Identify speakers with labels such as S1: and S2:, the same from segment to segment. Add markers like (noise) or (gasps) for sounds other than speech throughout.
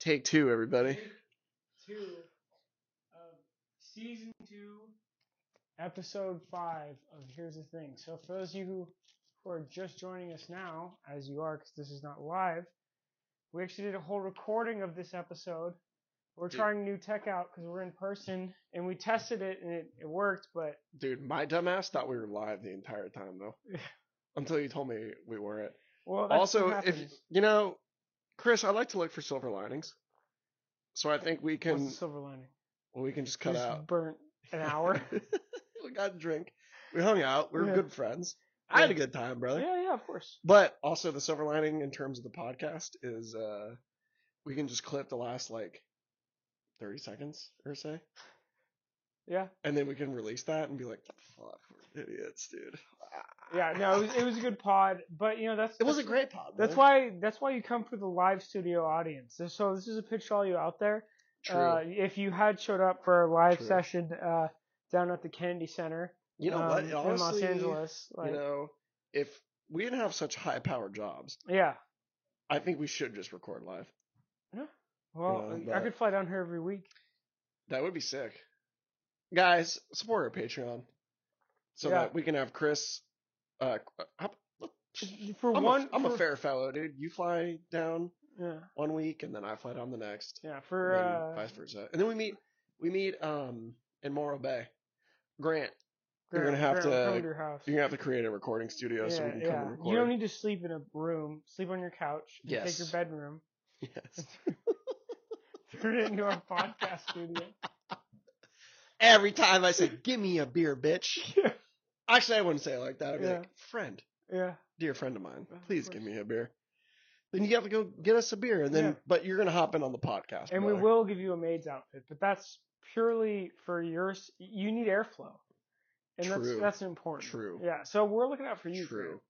S1: Take two, everybody.
S2: Take Two of season two, episode five of Here's the Thing. So for those of you who, who are just joining us now, as you are, because this is not live, we actually did a whole recording of this episode. We're
S1: Dude.
S2: trying new tech out because we're in person, and we tested it and it, it worked, but
S1: Dude, my dumbass thought we were live the entire time,
S2: (laughs)
S1: though. Until you told me we weren't.
S2: well, that's
S1: also,
S2: what
S1: if,
S2: happens.
S1: you know, Chris, I like to look for silver linings. So I think we
S2: What's
S1: can,
S2: the silver lining?
S1: well, we can just cut
S2: Just
S1: out.
S2: burnt an hour.
S1: (laughs) we got a drink. We hung out. We were
S2: Yeah.
S1: good friends. I had a
S2: Yeah.
S1: good time, brother.
S2: yeah, yeah, of course.
S1: But also the silver lining in terms of the podcast is uh we can just clip the last like thirty seconds or so.
S2: Yeah,
S1: And then we can release that and be like, fuck, we're idiots, dude.
S2: yeah. No, it was, it was a good pod, but you know that's
S1: It was a
S2: that's-
S1: great pod.
S2: That's
S1: man.
S2: why that's why you come for the live studio audience. So- So this is a pitch to all you out there.
S1: True.
S2: Uh, if you had showed up for a live
S1: True.
S2: session uh, down at the Kennedy Center,
S1: you know what?
S2: um,
S1: It
S2: in Los
S1: honestly,
S2: Angeles, like,
S1: You know, if we didn't have such high power jobs,
S2: yeah.
S1: I think we should just record live.
S2: Well,
S1: Yeah,
S2: I
S1: but-
S2: could fly down here every week.
S1: That would be sick. Guys, support our Patreon. So
S2: Yeah.
S1: that we can have Chris uh up-
S2: For
S1: I'm,
S2: one,
S1: a, I'm
S2: for-
S1: a fair fellow, dude. You fly down
S2: Yeah,
S1: one week and then I fly down the next.
S2: yeah.
S1: and
S2: For
S1: then
S2: uh,
S1: vice versa. And then we meet we meet um in Morro Bay. Grant, You're
S2: Grant-
S1: gonna have
S2: Grant, we'll
S1: to-
S2: come to your house.
S1: you're gonna have to create a recording studio so we can come and record.
S2: You don't need to sleep in a room. Sleep on your couch. and Take your
S1: Yes.
S2: bedroom. (laughs)
S1: (laughs) yes.
S2: Turn
S1: (laughs)
S2: it into a podcast studio.
S1: Every time I say, Give me a beer, bitch. (laughs) Actually I wouldn't say it like that. I'd be
S2: Yeah.
S1: like, friend,
S2: Yeah.
S1: dear friend of mine,
S2: Of
S1: please
S2: course.
S1: give me a beer. Then you have to go get us a beer and then
S2: Yeah.
S1: but you're gonna hop in on the podcast.
S2: and we
S1: brother.
S2: will give you a maid's outfit, but that's purely for your. s- You need airflow, and
S1: True.
S2: that's that's important.
S1: True.
S2: Yeah. So we're looking out for you.
S1: True.
S2: Grant.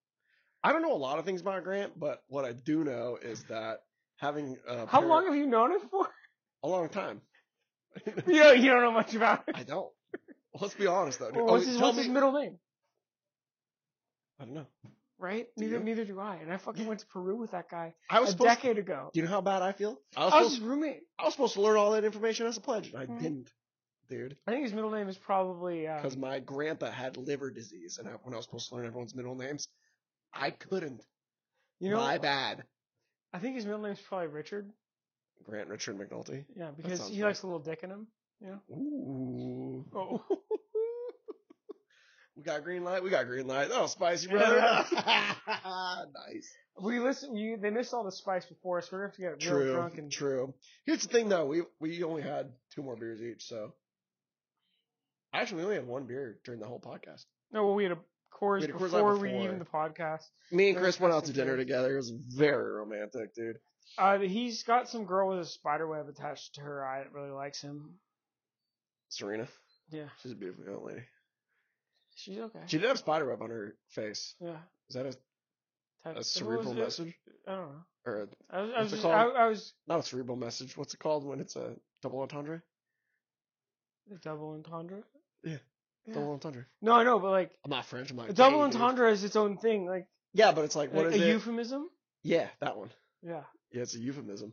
S1: I don't know a lot of things about Grant, but what I do know is that having a
S2: How
S1: pair-
S2: long have you known him
S1: (laughs)
S2: for?
S1: a long time.
S2: you know, you don't know much about him.
S1: I don't. Let's be honest though. dude.
S2: Well,
S1: Oh,
S2: what's his,
S1: tell
S2: what's his
S1: me-
S2: middle name?
S1: I don't know.
S2: Right?
S1: Do
S2: Neither
S1: you?
S2: neither do I. And I fucking went to Peru with that guy
S1: I was
S2: a
S1: supposed.
S2: decade ago.
S1: do you know how bad I feel? I was,
S2: I was
S1: supposed,
S2: his roommate.
S1: I was supposed to learn all that information as a pledge, and I
S2: Mhm.
S1: didn't, dude,
S2: I think his middle name is probably. Uh,
S1: because my grandpa had liver disease, and I, when I was supposed to learn everyone's middle names, I couldn't.
S2: you know,
S1: my bad.
S2: I think his middle name is probably Richard.
S1: Grant Richard McNulty.
S2: Yeah, because
S1: sounds
S2: he
S1: right.
S2: likes a little dick in him.
S1: Ooh.
S2: Oh.
S1: (laughs) we got green light. We got green light. Oh, spicy brother.
S2: (laughs)
S1: (laughs) nice.
S2: We listen. You, they missed all the spice before us. We're gonna have to get real
S1: True.
S2: drunk and
S1: True. Here's the thing though, we we only had two more beers each, so actually we only had one beer during the whole podcast.
S2: No, well, we had a Coors
S1: We had a Coors Light
S2: before, we
S1: before.
S2: even the podcast.
S1: Me and
S2: Yeah,
S1: Chris went out
S2: that's
S1: to
S2: some
S1: dinner
S2: beers.
S1: together. It was very romantic, dude.
S2: Uh, he's got some girl with a spider web attached to her eye that really likes him.
S1: Serena.
S2: Yeah,
S1: She's a beautiful young lady.
S2: she's okay.
S1: She did have spider web on her face.
S2: yeah,
S1: Is that a,
S2: Type-
S1: a
S2: what
S1: cerebral
S2: was it?
S1: message?
S2: I don't know.
S1: Or a,
S2: I was, I
S1: What's
S2: was,
S1: it
S2: just,
S1: called?
S2: I, I was
S1: not a cerebral message. What's it called when it's a double entendre?
S2: the double entendre.
S1: Yeah.
S2: Yeah.
S1: Double entendre.
S2: No, I know, but like
S1: I'm not French, I'm like
S2: a double
S1: "Hey, dude."
S2: entendre is its own thing. Like
S1: Yeah, but it's like what
S2: like
S1: is
S2: a
S1: it?
S2: euphemism.
S1: yeah, that one.
S2: Yeah.
S1: Yeah, it's a euphemism.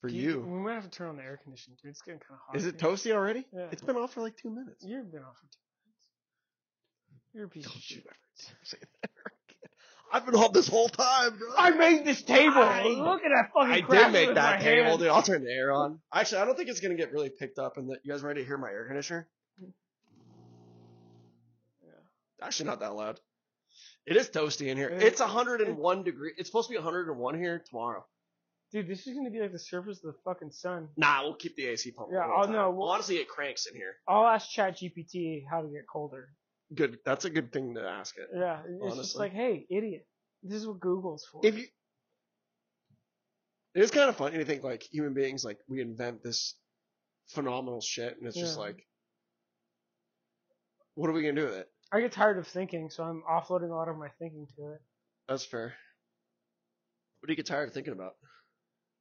S1: For
S2: Do
S1: you.
S2: We might have to turn on the air conditioning, dude. It's getting kind of hot.
S1: Is it
S2: here.
S1: toasty already?
S2: Yeah.
S1: It's been off for like two minutes.
S2: You've been off for two minutes. You're a piece of
S1: Don't you
S2: shit.
S1: ever say that (laughs) again. I've been off this whole time, bro.
S2: I made this table.
S1: I-
S2: Look at that fucking
S1: I
S2: crap
S1: did make
S2: with
S1: that
S2: my
S1: table,
S2: hands.
S1: dude. I'll turn the air on. Actually, I don't think it's gonna get really picked up. And you guys ready to hear my air conditioner? Actually, not that loud. It is toasty in here.
S2: It-
S1: It's 101 degree. It's supposed to be 101 here tomorrow.
S2: Dude, this is gonna be like the surface of the fucking sun.
S1: Nah, we'll keep the AC pumping.
S2: Yeah,
S1: the whole
S2: I'll
S1: time.
S2: know. We'll-
S1: Honestly, it cranks in here.
S2: I'll ask ChatGPT how to get colder.
S1: Good. That's a good thing to ask it.
S2: Yeah, it's just
S1: Honestly.
S2: like, hey, idiot, this is what Google's for.
S1: if you it's kind of funny to think like human beings like we invent this phenomenal shit and it's just
S2: Yeah.
S1: like what are we gonna do with it
S2: I get tired of thinking, so I'm offloading a lot of my thinking to it.
S1: that's fair what do you get tired of thinking about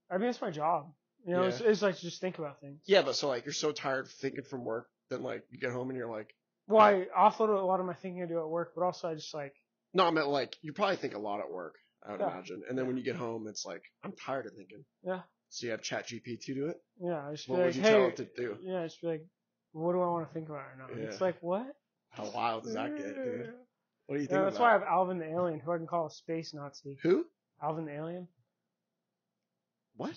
S2: I mean, it's my job. You know, it's, it's like just think about things.
S1: yeah but so like you're so tired of thinking from work then like you get home and you're like
S2: Well, I offload a lot of my thinking I do at work, but also I just like,
S1: no i meant like you probably think a lot at work I would
S2: Yeah.
S1: imagine. And then when you get home, it's like I'm tired of thinking.
S2: Yeah.
S1: So you have ChatGPT do it.
S2: Yeah, I just be
S1: What
S2: like,
S1: would you tell
S2: hey,
S1: it to do?
S2: yeah, just be like, what do I want to think about right now? And
S1: Yeah.
S2: It's like what?
S1: How wild does that get? Dude? What do you think?
S2: Mm. Yeah,
S1: of
S2: that's
S1: that?
S2: why I have Alvin the Alien, who I can call a space Nazi.
S1: Who?
S2: Alvin the Alien.
S1: What?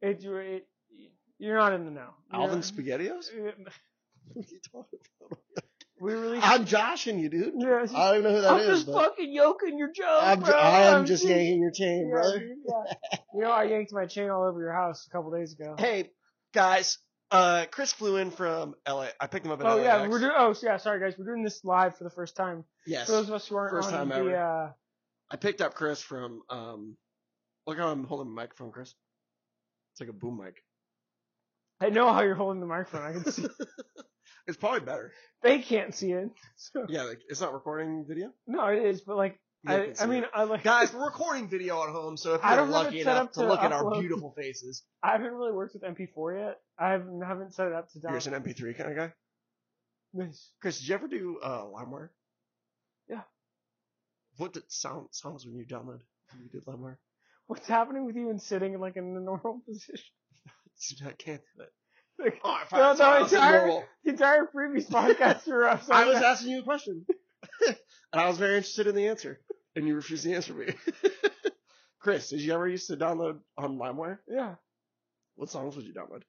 S2: It, you- it, you're not in the know. You're-
S1: Alvin Spaghettios? (laughs) What are you talking about?
S2: We released.
S1: I'm joshing you, dude.
S2: (laughs) yeah,
S1: I don't even know who that
S2: I'm
S1: is.
S2: just
S1: but
S2: fucking yoking your joke,
S1: I'm,
S2: bro.
S1: ju- I am
S2: I'm
S1: just yanking your chain,
S2: yeah,
S1: brother.
S2: dude,
S1: (laughs)
S2: yeah. You know, I yanked my chain all over your house a couple days ago.
S1: Hey, guys. Uh, Chris flew in from LA. I picked him up in
S2: Oh yeah,
S1: LAX.
S2: we're doing. Oh yeah, sorry guys, we're doing this live for the first time.
S1: yes.
S2: For those of us who aren't
S1: First time
S2: on the,
S1: ever.
S2: uh,
S1: I picked up Chris from um. Look how I'm holding my microphone, Chris. It's like a boom mic. (laughs)
S2: uh, I know how you're holding the microphone. I can see.
S1: it's probably better.
S2: they can't see it. (laughs) So,
S1: Yeah, like, it's not recording video.
S2: no, it is, but like,
S1: Yeah,
S2: I,
S1: can see
S2: I mean,
S1: it.
S2: I like.
S1: guys, we're recording video at home, so if
S2: I
S1: you're
S2: don't have it
S1: lucky
S2: set
S1: enough
S2: up
S1: to
S2: to
S1: look at our
S2: upload.
S1: beautiful faces,
S2: I haven't really worked with MP4 yet. I haven't, haven't set it up to
S1: you're just
S2: download.
S1: an MP3 kind of guy.
S2: (laughs) Nice.
S1: Chris, did you ever do uh, LimeWire?
S2: Yeah.
S1: What did sound songs when you download? When you did LimeWire? (laughs)
S2: What's happening with you and sitting in like in the normal (laughs) position?
S1: Dude, I can't do that.
S2: Like,
S1: Oh, I
S2: No,
S1: found
S2: no,
S1: something
S2: it's
S1: else
S2: our-
S1: normal.
S2: the entire previous podcast you were up.
S1: I was asking you a question, (laughs) and I was very interested in the answer, and you refused to answer me. (laughs) Chris, did you ever used to download on LimeWire?
S2: yeah,
S1: What songs would you download?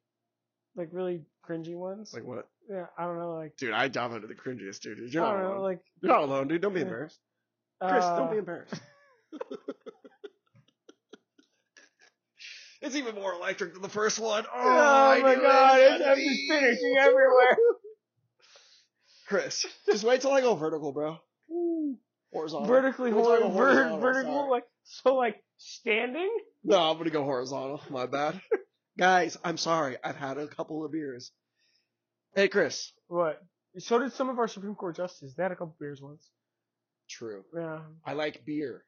S2: like really cringy ones.
S1: Like what?
S2: yeah, I don't know, like
S1: Dude, I downloaded the cringiest, dude. You're
S2: I
S1: not
S2: don't know,
S1: alone.
S2: like
S1: You're not alone, dude. Don't be
S2: Yeah.
S1: embarrassed. Chris,
S2: uh,
S1: don't be embarrassed.
S2: (laughs)
S1: it's even more electric than the first one. Oh,
S2: Oh
S1: I
S2: my
S1: knew it.
S2: god, it's,
S1: Gotta
S2: I'm
S1: be.
S2: just finishing everywhere.
S1: (laughs) Chris, just wait till I go vertical, bro. Horizontal.
S2: hmm, vertically
S1: We're talking
S2: holding, ver-
S1: horizontal,
S2: vertical,
S1: sorry.
S2: like so, like standing.
S1: no, I'm gonna go horizontal. My
S2: (laughs)
S1: bad. Guys, I'm sorry. I've had a couple of beers. Hey, Chris.
S2: What? So did some of our Supreme Court justices. They had a couple beers once.
S1: True.
S2: Yeah,
S1: I like beer.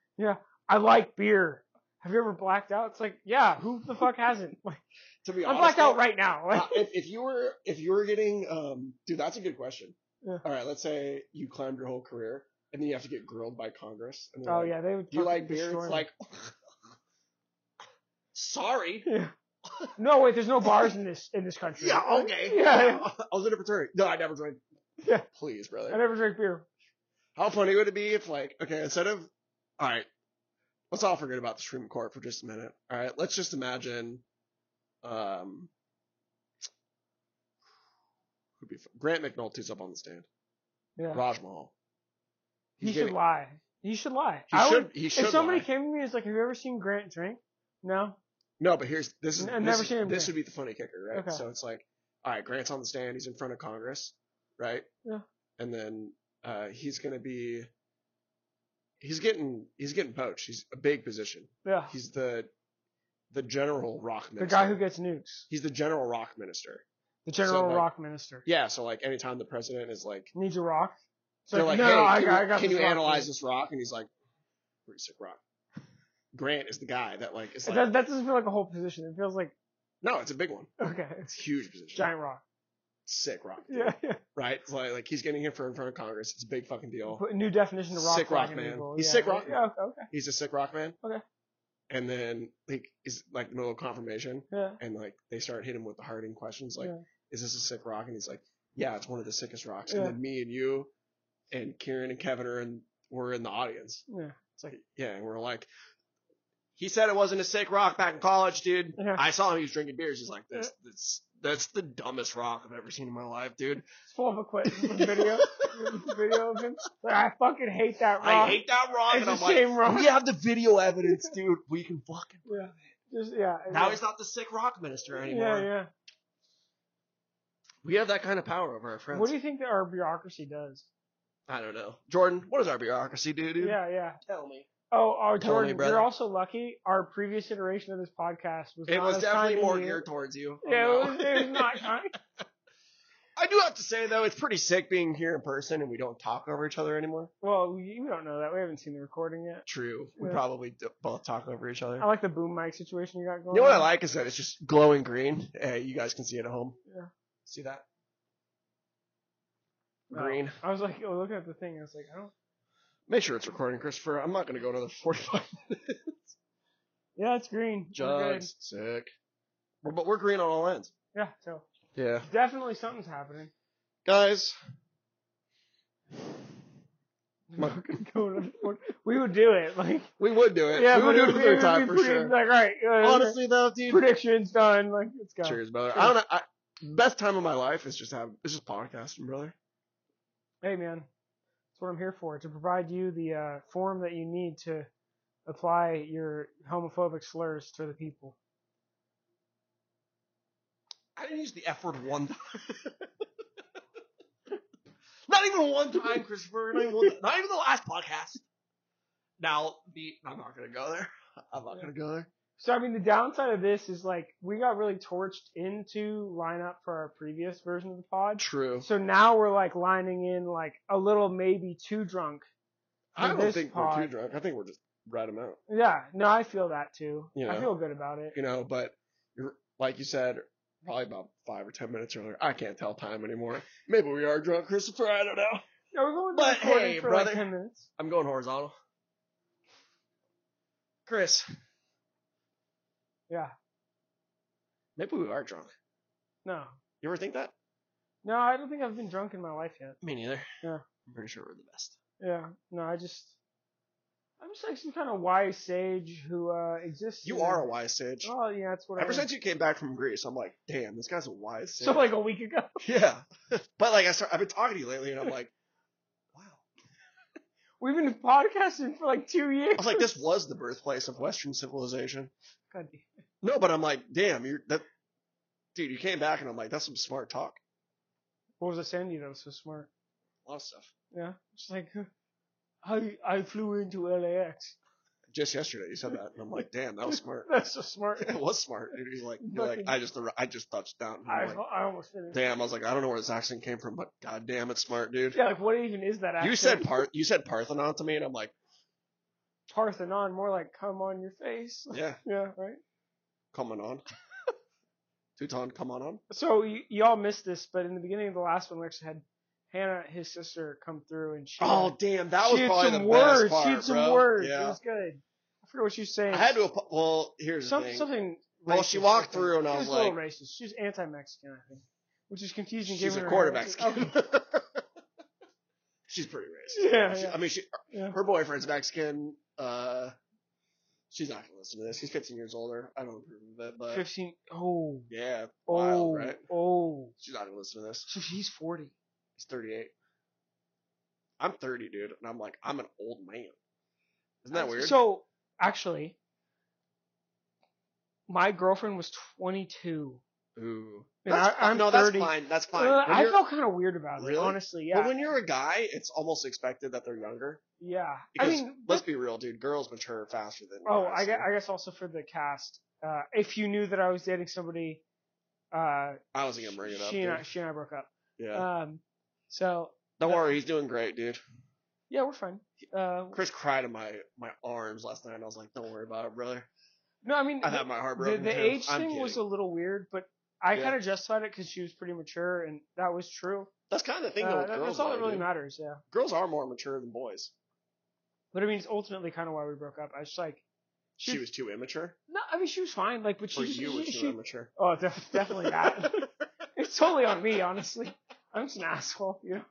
S2: I like beer. Have you ever blacked out? It's like, yeah, who the fuck hasn't? (laughs) Like,
S1: To be
S2: I'm
S1: honest,
S2: blacked
S1: though,
S2: out right now. Like,
S1: Uh, if, if you were if you were getting um dude that's a good question
S2: Yeah.
S1: all right let's say you climbed your whole career and then you have to get grilled by congress and they're
S2: oh
S1: like,
S2: yeah, they would.
S1: do you
S2: fucking
S1: like beer
S2: destroy
S1: it's
S2: me.
S1: like (laughs) sorry
S2: Yeah. No, wait. There's no bars in this in this
S1: (laughs)
S2: country.
S1: yeah okay
S2: (laughs) Yeah, yeah.
S1: i was in a fraternity no i never drank
S2: Yeah.
S1: please
S2: I
S1: brother
S2: never drink beer.
S1: how funny would it be if like okay instead of all right let's all forget about the supreme court for just a minute all right let's just imagine um who'd be grant mcnulty's up on the stand
S2: Yeah.
S1: Raj Mahal.
S2: he should
S1: getting-
S2: lie. He should lie.
S1: He
S2: I
S1: should.
S2: Would,
S1: he should.
S2: if somebody
S1: lie.
S2: came to me and was like, "Have you ever seen Grant drink?" No.
S1: no, but here's this is
S2: N- I've
S1: this,
S2: never seen him
S1: this
S2: drink.
S1: would be the funny kicker, right?
S2: Okay.
S1: So it's like, all right, Grant's on the stand. He's in front of Congress, right?
S2: Yeah.
S1: And then uh, he's gonna be. He's getting he's getting poached. He's a big position.
S2: Yeah.
S1: He's the the general rock
S2: the
S1: minister.
S2: guy who gets nukes.
S1: he's the general rock minister.
S2: The general
S1: like-
S2: rock minister
S1: Yeah. So like anytime the president is like
S2: needs a rock. It's
S1: They're like,
S2: no,
S1: hey,
S2: no, I,
S1: can, you-
S2: got- I got
S1: can
S2: this
S1: you
S2: rock
S1: analyze
S2: for
S1: this rock? And he's like, pretty sick rock. Grant is the guy that like is
S2: you."
S1: like,
S2: That, that doesn't feel like a whole position. It feels like (laughs)
S1: no, it's a big one.
S2: okay,
S1: It's a huge position.
S2: giant rock.
S1: Sick rock. dude.
S2: Yeah, yeah.
S1: Right? It's like, like he's getting in for in front of Congress. It's a big fucking deal.
S2: Put a new definition of rock.
S1: Sick rock
S2: dragon
S1: man.
S2: people.
S1: He's
S2: yeah.
S1: sick rock
S2: Yeah. Okay. okay.
S1: He's a sick rock man.
S2: Okay.
S1: And then like he's like the middle of confirmation
S2: Yeah.
S1: and like they start hitting him with the hard hitting questions like,
S2: Yeah.
S1: Is this a sick rock? And he's like, Yeah, it's one of the sickest rocks.
S2: Yeah.
S1: And then me and you and Kieran and Kevin are in were in the audience.
S2: Yeah.
S1: It's like, yeah, and we're like, he said it wasn't a sick rock back in college, dude.
S2: Yeah.
S1: I saw him. He was drinking beers. He's like, that's that's that's the dumbest rock I've ever seen in my life, dude.
S2: It's full of a quit video. video of him. Like, I fucking hate that rock.
S1: I hate that rock.
S2: Uh,
S1: and
S2: It's the
S1: I'm like,
S2: same rock.
S1: we have the video evidence, dude. We can fucking.
S2: Yeah. Just yeah.
S1: Now
S2: yeah.
S1: he's not the sick rock minister anymore.
S2: Yeah, yeah.
S1: We have that kind of power over our friends.
S2: What do you think that our bureaucracy does?
S1: I don't know, Jordan. What does our bureaucracy do, dude?
S2: Yeah, yeah.
S1: Tell me.
S2: Oh, oh,
S1: Tell me,
S2: Jordan,
S1: brother.
S2: you're also lucky. Our previous iteration of this podcast was
S1: It
S2: not
S1: was
S2: as
S1: definitely
S2: kind to
S1: more
S2: you.
S1: geared towards you. Oh,
S2: Yeah,
S1: no.
S2: it, was, it
S1: (laughs)
S2: was not kind.
S1: I do have to say though, it's pretty sick being here in person and we don't talk over each other anymore.
S2: Well, we we don't know that. We haven't seen the recording yet.
S1: True. We
S2: Yeah.
S1: probably d- both talk over each other.
S2: I like the boom mic situation you got
S1: You
S2: going.
S1: know what I
S2: on.
S1: like is that it's just glowing green. Uh, you guys can see it at home.
S2: Yeah.
S1: See that?
S2: No.
S1: Green.
S2: I was like, oh, look at the thing. I was like, I don't.
S1: Make sure it's recording, Christopher. I'm not gonna go (laughs) another 45 minutes.
S2: Yeah, it's green. We're good.
S1: Jugs, sick. Well, But we're green on all ends.
S2: Yeah, so
S1: Yeah.
S2: definitely something's happening.
S1: Guys, (laughs) My-
S2: (laughs) Going to the- we would do it. Like
S1: we would do it.
S2: yeah,
S1: we would
S2: but
S1: do
S2: it
S1: it
S2: would-
S1: the
S2: it
S1: third
S2: would
S1: time
S2: be
S1: for
S2: pretty-
S1: sure.
S2: Like all right, uh,
S1: Honestly though, dude.
S2: predictions done. Like let's go.
S1: Cheers, brother.
S2: Cheers.
S1: I don't know. I, best time of my life is just have it's just podcasting, brother.
S2: Hey man, that's what I'm here for—to provide you the uh, form that you need to apply your homophobic slurs to the people.
S1: I didn't use the F word one time. (laughs) not even one time, Christopher. Not even, one, not even the last podcast. Now, the I'm not gonna go there. I'm not gonna go there.
S2: So I mean, the downside of this is like we got really torched into lineup for our previous version of the pod.
S1: True.
S2: So now we're like lining in like a little maybe too drunk.
S1: I
S2: For
S1: don't
S2: this
S1: think we're too
S2: pod-
S1: drunk. I think we're just right amount.
S2: Yeah, no, I feel that too.
S1: You know.
S2: I feel good about it.
S1: You know, but you're like you said, probably about five or ten minutes earlier. I can't tell time anymore. Maybe we are drunk, Christopher. I don't know.
S2: No, we're going to
S1: But
S2: recording
S1: hey,
S2: for
S1: brother.
S2: like ten minutes.
S1: I'm going horizontal. Chris,
S2: Yeah,
S1: maybe we are drunk.
S2: no,
S1: You ever think that?
S2: no, I don't think I've been drunk in my life yet.
S1: Me neither.
S2: Yeah.
S1: I'm pretty sure we're the best.
S2: Yeah, no, I just, I'm just like some kind of wise sage who uh exists.
S1: You
S2: in a- (laughs)
S1: are a wise sage.
S2: Oh yeah, that's what. I
S1: Ever
S2: am.
S1: since you came back from Greece, I'm like, damn, this guy's a wise sage.
S2: (laughs) so like a week ago. (laughs)
S1: yeah. (laughs) but like, I start, I've been talking to you lately, and I'm like, wow.
S2: We've been podcasting for like two years. (laughs)
S1: I was like, this was the birthplace of Western civilization.
S2: God damn.
S1: No, but I'm like, damn, you're that. Dude, you came back, and I'm like, that's some smart talk.
S2: What was I saying to you that was so smart?
S1: A lot of stuff.
S2: Yeah, just like huh, I I flew into LAX.
S1: Just yesterday, you said that, and I'm like, damn, that was smart.
S2: (laughs)
S1: (laughs)
S2: That's so smart. (laughs)
S1: it was smart. Dude, he's like, you're like,
S2: Fucking-
S1: I just, I just touched down. And
S2: I
S1: I'm like,
S2: I almost finished.
S1: damn, I was like, I don't know where this accent came from, but goddamn, it's smart, dude.
S2: Yeah, like what even is that? Accent?
S1: You said Par- you said Parthenon to me, and I'm like,
S2: Parthenon, more like come on your face. (laughs)
S1: yeah,
S2: Yeah, right.
S1: come on (laughs) on. Teuton, come on on.
S2: So y- y'all missed this, but in the beginning of the last one, we actually had Hannah, his sister, come through and she.
S1: Oh damn, that
S2: she
S1: was
S2: had
S1: probably
S2: some
S1: the
S2: words.
S1: best part,
S2: she had some
S1: bro.
S2: words. It
S1: Yeah,
S2: was good. I forget what she was saying.
S1: I had to. apo- Well, here's
S2: Some,
S1: the thing.
S2: something.
S1: Well, she
S2: racist,
S1: walked
S2: I think.
S1: through and I
S2: She
S1: was
S2: a little
S1: like-
S2: racist. She's anti-Mexican, I think, which is confusing.
S1: She's a
S2: given her
S1: quarterback.
S2: heritage. Okay.
S1: (laughs) she's pretty racist.
S2: oh. (laughs) Yeah,
S1: She-
S2: yeah.
S1: I mean, she,
S2: Oh,
S1: (laughs)
S2: Yeah.
S1: her boyfriend's Mexican. Uh, she's not gonna listen to this. He's 15 years older. I don't approve of it, but
S2: Fifteen. Oh.
S1: yeah,
S2: Oh.
S1: wild, right?
S2: Oh.
S1: She's not gonna listen to this.
S2: So she's forty.
S1: He's 38. I'm 30, dude, and I'm like, I'm an old man. Isn't that weird?
S2: So actually, my girlfriend was twenty-two.
S1: Ooh.
S2: And
S1: That's
S2: I,
S1: fi-
S2: am
S1: no,
S2: 30.
S1: that's fine. That's fine.
S2: Uh,
S1: When
S2: I
S1: you're-
S2: felt kind of weird about it,
S1: Really?
S2: honestly.
S1: But
S2: Yeah.
S1: when you're a guy, it's almost expected that they're younger.
S2: yeah. I
S1: Because
S2: mean,
S1: let's be real, dude. Girls mature faster than.
S2: oh,
S1: guys,
S2: I guess,
S1: so.
S2: I guess also for the cast, uh, if you knew that I was dating somebody, uh,
S1: I, wasn't gonna bring it up.
S2: she and I,
S1: dude.
S2: she and I broke up.
S1: yeah.
S2: Um, so
S1: Don't worry, he's doing great, dude.
S2: yeah, we're fine. Uh,
S1: Chris cried in my my arms last night, and I was like, "Don't worry about it, brother."
S2: no, I mean,
S1: I had my heart
S2: the,
S1: broken.
S2: the
S1: too.
S2: age
S1: I'm
S2: thing
S1: kidding.
S2: was a little weird, but I
S1: Yeah.
S2: kind of justified it because she was pretty mature, and that was true.
S1: That's kind of the thing
S2: Uh,
S1: though. with
S2: that-
S1: girls,
S2: that's all
S1: though,
S2: that really
S1: dude.
S2: matters. Yeah.
S1: Girls are more mature than boys.
S2: But I mean, it's ultimately kind of why we broke up. I was just like,
S1: She, was too immature.
S2: no, I mean, she was fine. Like, but she,
S1: Or
S2: just-
S1: you were
S2: she,
S1: too
S2: she
S1: immature.
S2: oh, def- (laughs)
S1: (laughs)
S2: definitely that. it's totally on me, honestly. I'm just an asshole, you know.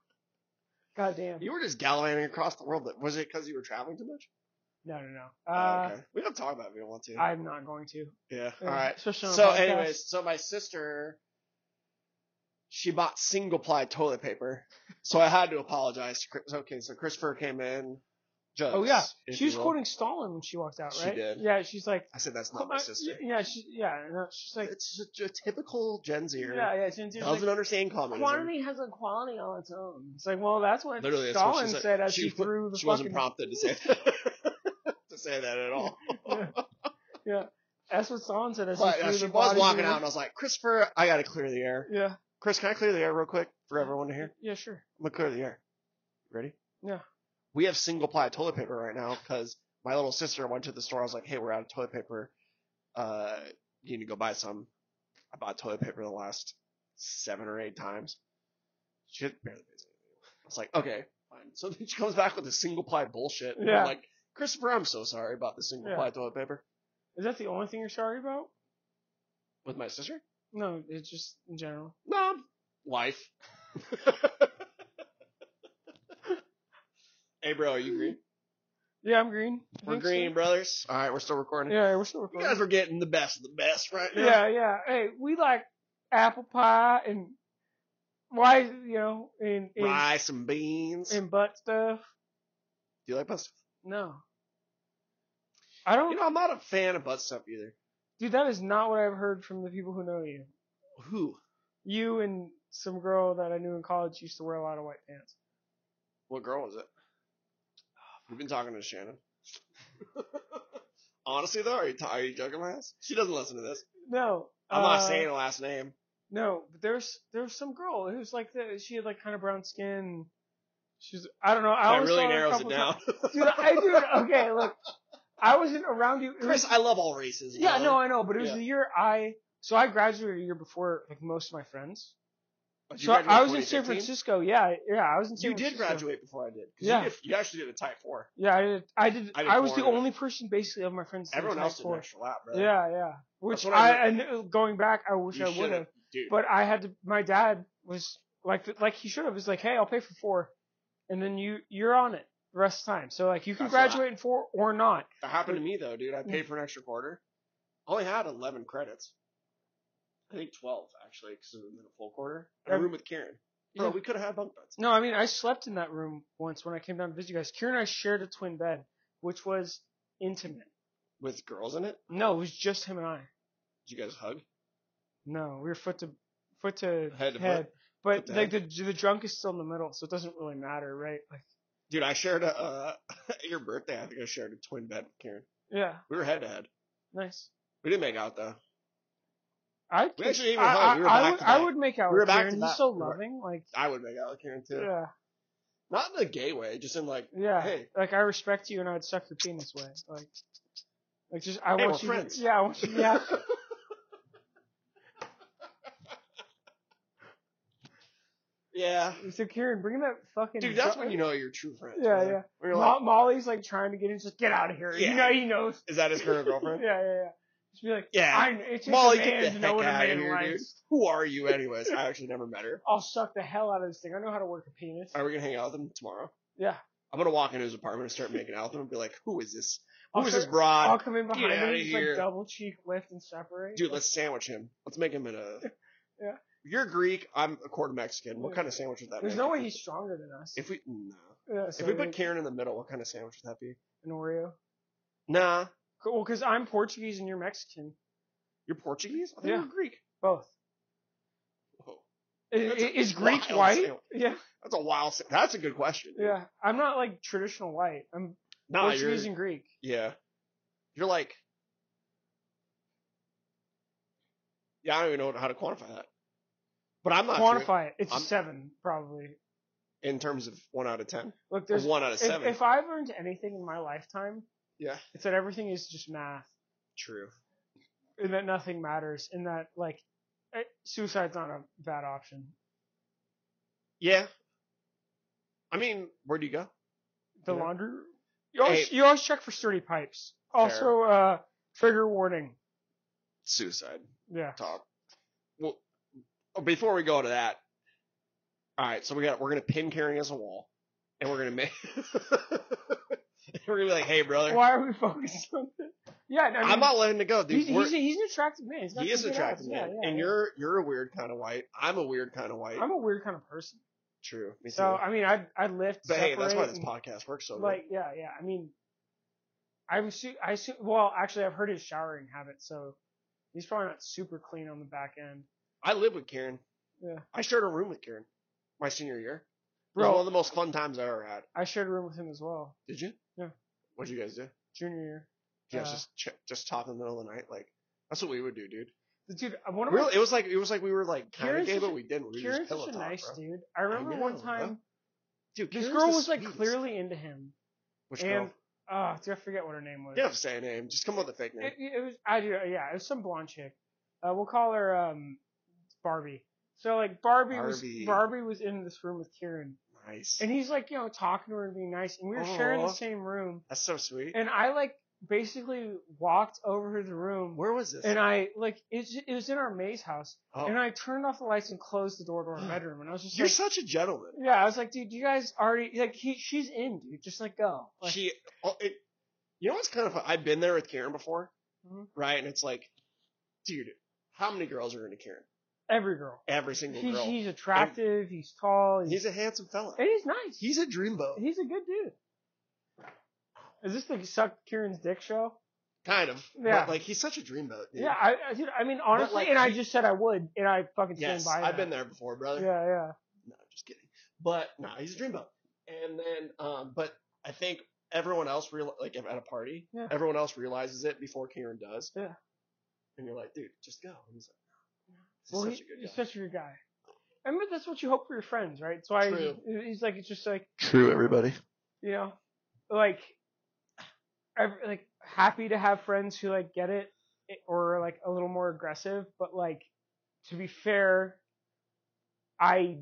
S2: God damn.
S1: You were just gallivanting across the world. but Was it because you were traveling too much?
S2: No, no, no.
S1: Oh,
S2: Uh,
S1: okay. We don't talk about it if we don't want to.
S2: I'm not going to.
S1: yeah.
S2: Uh,
S1: All right.
S2: especially on a
S1: So,
S2: podcast.
S1: anyways, so my sister, she bought single ply toilet paper, so I had to apologize. to Chris. Okay, so Christopher came in. Judge,
S2: Oh yeah,
S1: if
S2: she
S1: you
S2: was
S1: will.
S2: quoting Stalin when she walked out,
S1: She
S2: right?
S1: did.
S2: Yeah, she's like,
S1: I said that's not my
S2: uh,
S1: sister.
S2: Yeah, she, yeah, no, she's like,
S1: It's just a typical Gen Z.
S2: yeah, yeah, she's
S1: doesn't
S2: like,
S1: understand communism.
S2: quantity has a quality all its own. It's like, well, that's what
S1: Literally, that's what
S2: Stalin
S1: she said.
S2: said as
S1: She
S2: she,
S1: wa-
S2: threw the
S1: she
S2: fucking
S1: wasn't prompted to say (laughs) that. to say that at all.
S2: (laughs) Yeah. That's what Stalin said. As
S1: But
S2: he
S1: uh,
S2: threw
S1: she
S2: the
S1: was
S2: body
S1: walking
S2: through-
S1: out, and I was like, Christopher, I gotta clear the air.
S2: Yeah.
S1: Chris, can I clear the air real quick for everyone to hear?
S2: Yeah, sure.
S1: I'm gonna clear the air. Ready?
S2: Yeah.
S1: We have single ply toilet paper right now because my little sister went to the store. I was like, "Hey, we're out of toilet paper. Uh, you need to go buy some." I bought toilet paper the last seven or eight times. She barely pays anything. I was like, "Okay, fine. So then she comes back with the single ply bullshit. And
S2: Yeah.
S1: I'm like, Christopher, I'm so sorry about the single
S2: Yeah.
S1: ply toilet paper
S2: Is that the only thing you're sorry about?
S1: with my sister.
S2: No, it's just in general.
S1: No,
S2: (laughs)
S1: life. (laughs) hey, bro, are you green?
S2: Yeah, I'm green. I
S1: We're
S2: think so.
S1: green, brothers. All right, we're still recording.
S2: Yeah, we're still
S1: You
S2: recording.
S1: guys are getting the best of the best right now.
S2: Yeah, yeah. Hey, we like apple pie and why you know and and,
S1: Rice and beans.
S2: and butt stuff.
S1: Do you like butt stuff?
S2: No, I don't.
S1: You know, I'm not a fan of butt stuff either.
S2: dude, that is not what I've heard from the people who know you.
S1: Who?
S2: You and some girl that I knew in college used to wear a lot of white pants.
S1: What girl was it? We've been talking to
S2: (laughs)
S1: Shannon. Honestly, though, are you, ta- are you joking my ass? She doesn't listen to this.
S2: No,
S1: I'm not
S2: uh,
S1: saying the last name.
S2: No, but there's there's some girl who's like the, she had like kind of brown skin. She's I don't know. I
S1: That
S2: only
S1: really
S2: saw her a
S1: narrows it
S2: couple
S1: down.
S2: times. Dude, I dude. Okay, look, I wasn't around you. It
S1: (laughs)
S2: was-
S1: Chris, I love all races.
S2: Yeah,
S1: brother.
S2: no, I know, but it was
S1: Yeah.
S2: the year I so I graduated a year before like most of my friends.
S1: Did you
S2: So I
S1: graduate
S2: was in San
S1: 2015?
S2: Francisco. Yeah, yeah, I was in. San
S1: You did
S2: Francisco.
S1: graduate before I did. 'cause
S2: Yeah.
S1: You, did, you actually did a type four.
S2: Yeah, I did. I did.
S1: I
S2: I,
S1: did
S2: was
S1: four,
S2: the
S1: yeah.
S2: only person basically of my friends. that
S1: Everyone
S2: did
S1: else
S2: Mac
S1: did an
S2: four.
S1: extra lap, bro.
S2: Yeah, yeah. Which
S1: what
S2: I,
S1: I
S2: I knew, going back, I wish
S1: You
S2: I would
S1: should've-
S2: have.
S1: dude.
S2: But I had to. My dad was like, like he should have. He's like, hey, I'll pay for four, and then you you're on it the rest of the time. So like you can
S1: That's a lot.
S2: graduate in four or not.
S1: that happened to me though, dude. I paid for an extra quarter. I only had eleven credits. I think twelve actually, because it was a full quarter. And a
S2: Yeah.
S1: room with Karen. Bro,
S2: Yeah.
S1: we could have had bunk beds.
S2: No, I mean I slept in that room once when I came down to visit you guys. Kira and I shared a twin bed, which was intimate.
S1: with girls in it.
S2: No, it was just him and I.
S1: Did you guys hug?
S2: No, we were foot to foot to
S1: Head
S2: head,
S1: to Foot
S2: but
S1: to
S2: like the the drunk is still in the middle, so it doesn't really matter, right? Like
S1: Dude, I shared a uh, (laughs) at your birthday. I think I shared a twin bed with Karen.
S2: yeah,
S1: We were head to head.
S2: nice.
S1: We didn't make out though.
S2: I
S1: We actually didn't even
S2: I,
S1: hug,
S2: I,
S1: we were
S2: I
S1: back
S2: would
S1: to
S2: I
S1: back.
S2: would make out
S1: We were
S2: with
S1: back
S2: Karen.
S1: to
S2: He's
S1: back.
S2: so
S1: We were-
S2: loving, like
S1: I would make out with Karen too.
S2: yeah,
S1: Not in a gay way, just in like,
S2: yeah.
S1: hey,
S2: Like I respect you, and I'd suck your penis away, like. Like just, I
S1: Hey,
S2: want
S1: we're
S2: you.
S1: friends.
S2: To, yeah, I want you. Yeah,
S1: (laughs) yeah.
S2: so Kieran, bring that fucking.
S1: Dude, that's
S2: drunk-
S1: when you know you're true friends.
S2: Yeah,
S1: man.
S2: yeah.
S1: When you're
S2: Mo-
S1: like,
S2: Molly's like trying to get in. She's like, get out of here.
S1: Yeah.
S2: You know, he knows.
S1: is that his current
S2: yeah,
S1: girlfriend?
S2: yeah, yeah. Just be like,
S1: (laughs) Yeah.
S2: I. It takes
S1: Molly,
S2: a
S1: get the
S2: man to know
S1: heck
S2: what a
S1: outta
S2: man
S1: here, dude.
S2: likes.
S1: Who are you, anyways? I actually never met her.
S2: I'll suck the hell out of this thing. I know how to work a penis.
S1: Are we gonna hang out with him tomorrow?
S2: Yeah.
S1: I'm gonna walk into his apartment and start making out with him and be like, "Who is this? Who
S2: I'll,
S1: is
S2: start-
S1: this broad?
S2: I'll come in behind
S1: outta
S2: him and just
S1: here.
S2: like double cheek lift and separate.
S1: Dude, let's sandwich him. Let's make
S2: (laughs)
S1: him in a.
S2: Yeah.
S1: You're Greek. I'm a quarter Mexican. What
S2: Yeah.
S1: kind of sandwich would that
S2: There's
S1: make?
S2: no way he's stronger than us.
S1: If we no.
S2: yeah,
S1: If we put Karen in the middle, what kind of sandwich would that be?
S2: an Oreo.
S1: Nah,
S2: Co- Well, because I'm Portuguese and you're Mexican.
S1: you're Portuguese. I thought
S2: Yeah.
S1: you were Greek.
S2: Both.
S1: Whoa,
S2: I- i-
S1: That's a
S2: Is, Greek
S1: wild
S2: white?
S1: sandwich.
S2: Yeah,
S1: that's a wild. sa- That's a good question. dude.
S2: yeah. I'm not like traditional white. I'm
S1: Nah, you're
S2: Portuguese and Greek.
S1: yeah. You're like. Yeah, I don't even know how to quantify that. But I'm not sure
S2: Quantify it. It's
S1: I'm-
S2: a seven, probably.
S1: in terms of one out of ten.
S2: Look,
S1: Or
S2: there's
S1: one out of
S2: if,
S1: seven.
S2: if I've learned anything in my lifetime,
S1: Yeah.
S2: it's that everything is just math,
S1: True.
S2: and that nothing matters, and that like eh, suicide's not a bad option.
S1: Yeah. I mean, where do you go?
S2: The
S1: Yeah.
S2: laundry. You always,
S1: Hey.
S2: you always check for sturdy pipes. Also, uh, trigger warning.
S1: Suicide.
S2: Yeah.
S1: talk. Well, oh, before we go to that, all right. So we got we're gonna pin carrying as a wall, and we're gonna make (laughs) we're gonna be like, hey brother,
S2: Why are we (laughs) focused on that? Yeah, I mean,
S1: I'm not letting it go, dude.
S2: he's,
S1: We're-
S2: he's, a- he's an attractive man. He's got
S1: he is
S2: some good
S1: attractive,
S2: abs.
S1: man.
S2: Yeah, yeah,
S1: and
S2: yeah.
S1: you're you're a weird kind of white. I'm a weird kind of white.
S2: I'm a weird kind of person.
S1: True. Me
S2: So
S1: too.
S2: I mean, I I lift.
S1: But hey, that's why
S2: separate,
S1: this
S2: and,
S1: podcast works so
S2: Like yeah, yeah. I mean, I'm su- I su- well actually I've heard his showering habit, so he's probably not super clean on the back end.
S1: good. I live with Karen.
S2: Yeah.
S1: I shared a room with Karen my senior year. It was
S2: Bro.
S1: one of the most fun times I ever had.
S2: I shared a room with him as well,
S1: Did you?
S2: Yeah.
S1: What'd you guys do?
S2: junior year.
S1: You guys
S2: Uh,
S1: just ch- just talk in the middle of the night? Like that's what we would do, dude.
S2: Dude, uh, one of my
S1: Really, it was like it was like we were like kind of
S2: Kieran's
S1: gay,
S2: such
S1: but
S2: a-
S1: we didn't. We were
S2: Kieran's
S1: just
S2: such
S1: pillow
S2: a
S1: talk,
S2: nice
S1: bro.
S2: dude. I remember
S1: know,
S2: one
S1: bro.
S2: time
S1: Dude,
S2: this
S1: Kieran's
S2: girl
S1: the
S2: was like
S1: sweetest.
S2: clearly into him,
S1: Which
S2: and
S1: girl?
S2: ah, dude, I forget what her name was.
S1: You don't have to say a name. Just come up with a fake name.
S2: It, it was I do yeah, it was some blonde chick. Uh, we'll call her um Barbie. So like Barbie, was
S1: Barbie.
S2: Barbie was in this room with Kieran,
S1: My nice.
S2: And he's like, you know, talking to her and being nice. And we were sharing
S1: Aw.
S2: the same room.
S1: That's so sweet.
S2: And I like basically walked over to the room.
S1: Where was this?
S2: And I like it, it was in our maze house.
S1: Oh.
S2: And I turned off the lights and closed the door to
S1: (gasps)
S2: our bedroom. And I was just
S1: You're
S2: like,
S1: such a gentleman.
S2: yeah, I was like, dude, you guys already like he, she's in, dude. Just like go. Like,
S1: she, oh, it, you know what's kind of fun? I've been there with Karen before,
S2: Mhm.
S1: right? And it's like, dude, how many girls are into Karen?
S2: every girl.
S1: Every single
S2: He's,
S1: girl.
S2: he's attractive. he's tall. He's,
S1: He's a handsome fella.
S2: and he's nice.
S1: He's a dreamboat.
S2: He's a good dude. Is this the suck Kieran's dick show?
S1: Kind of.
S2: Yeah.
S1: But like, he's such a dreamboat, dude.
S2: Yeah, I, I, dude, I mean honestly,
S1: like,
S2: and I
S1: he-
S2: just said I would, and I fucking
S1: Yes,
S2: stand by.
S1: I've
S2: that.
S1: been there before, brother.
S2: Yeah, yeah.
S1: No, just kidding. But no, he's a dreamboat. And then, um, but I think everyone else real like at a party,
S2: Yeah.
S1: everyone else realizes it before Karen does.
S2: Yeah.
S1: And you're like, dude, just go. And he's like, no. He's
S2: Well,
S1: such
S2: he-
S1: a good
S2: he's
S1: guy.
S2: such a good guy. I mean, that's what you hope for your friends, right? That's why
S1: True.
S2: he- he's like, it's just like,
S1: True, everybody.
S2: you know, like, ev- like happy to have friends who like get it eh, or like a little more aggressive, but like, to be fair, I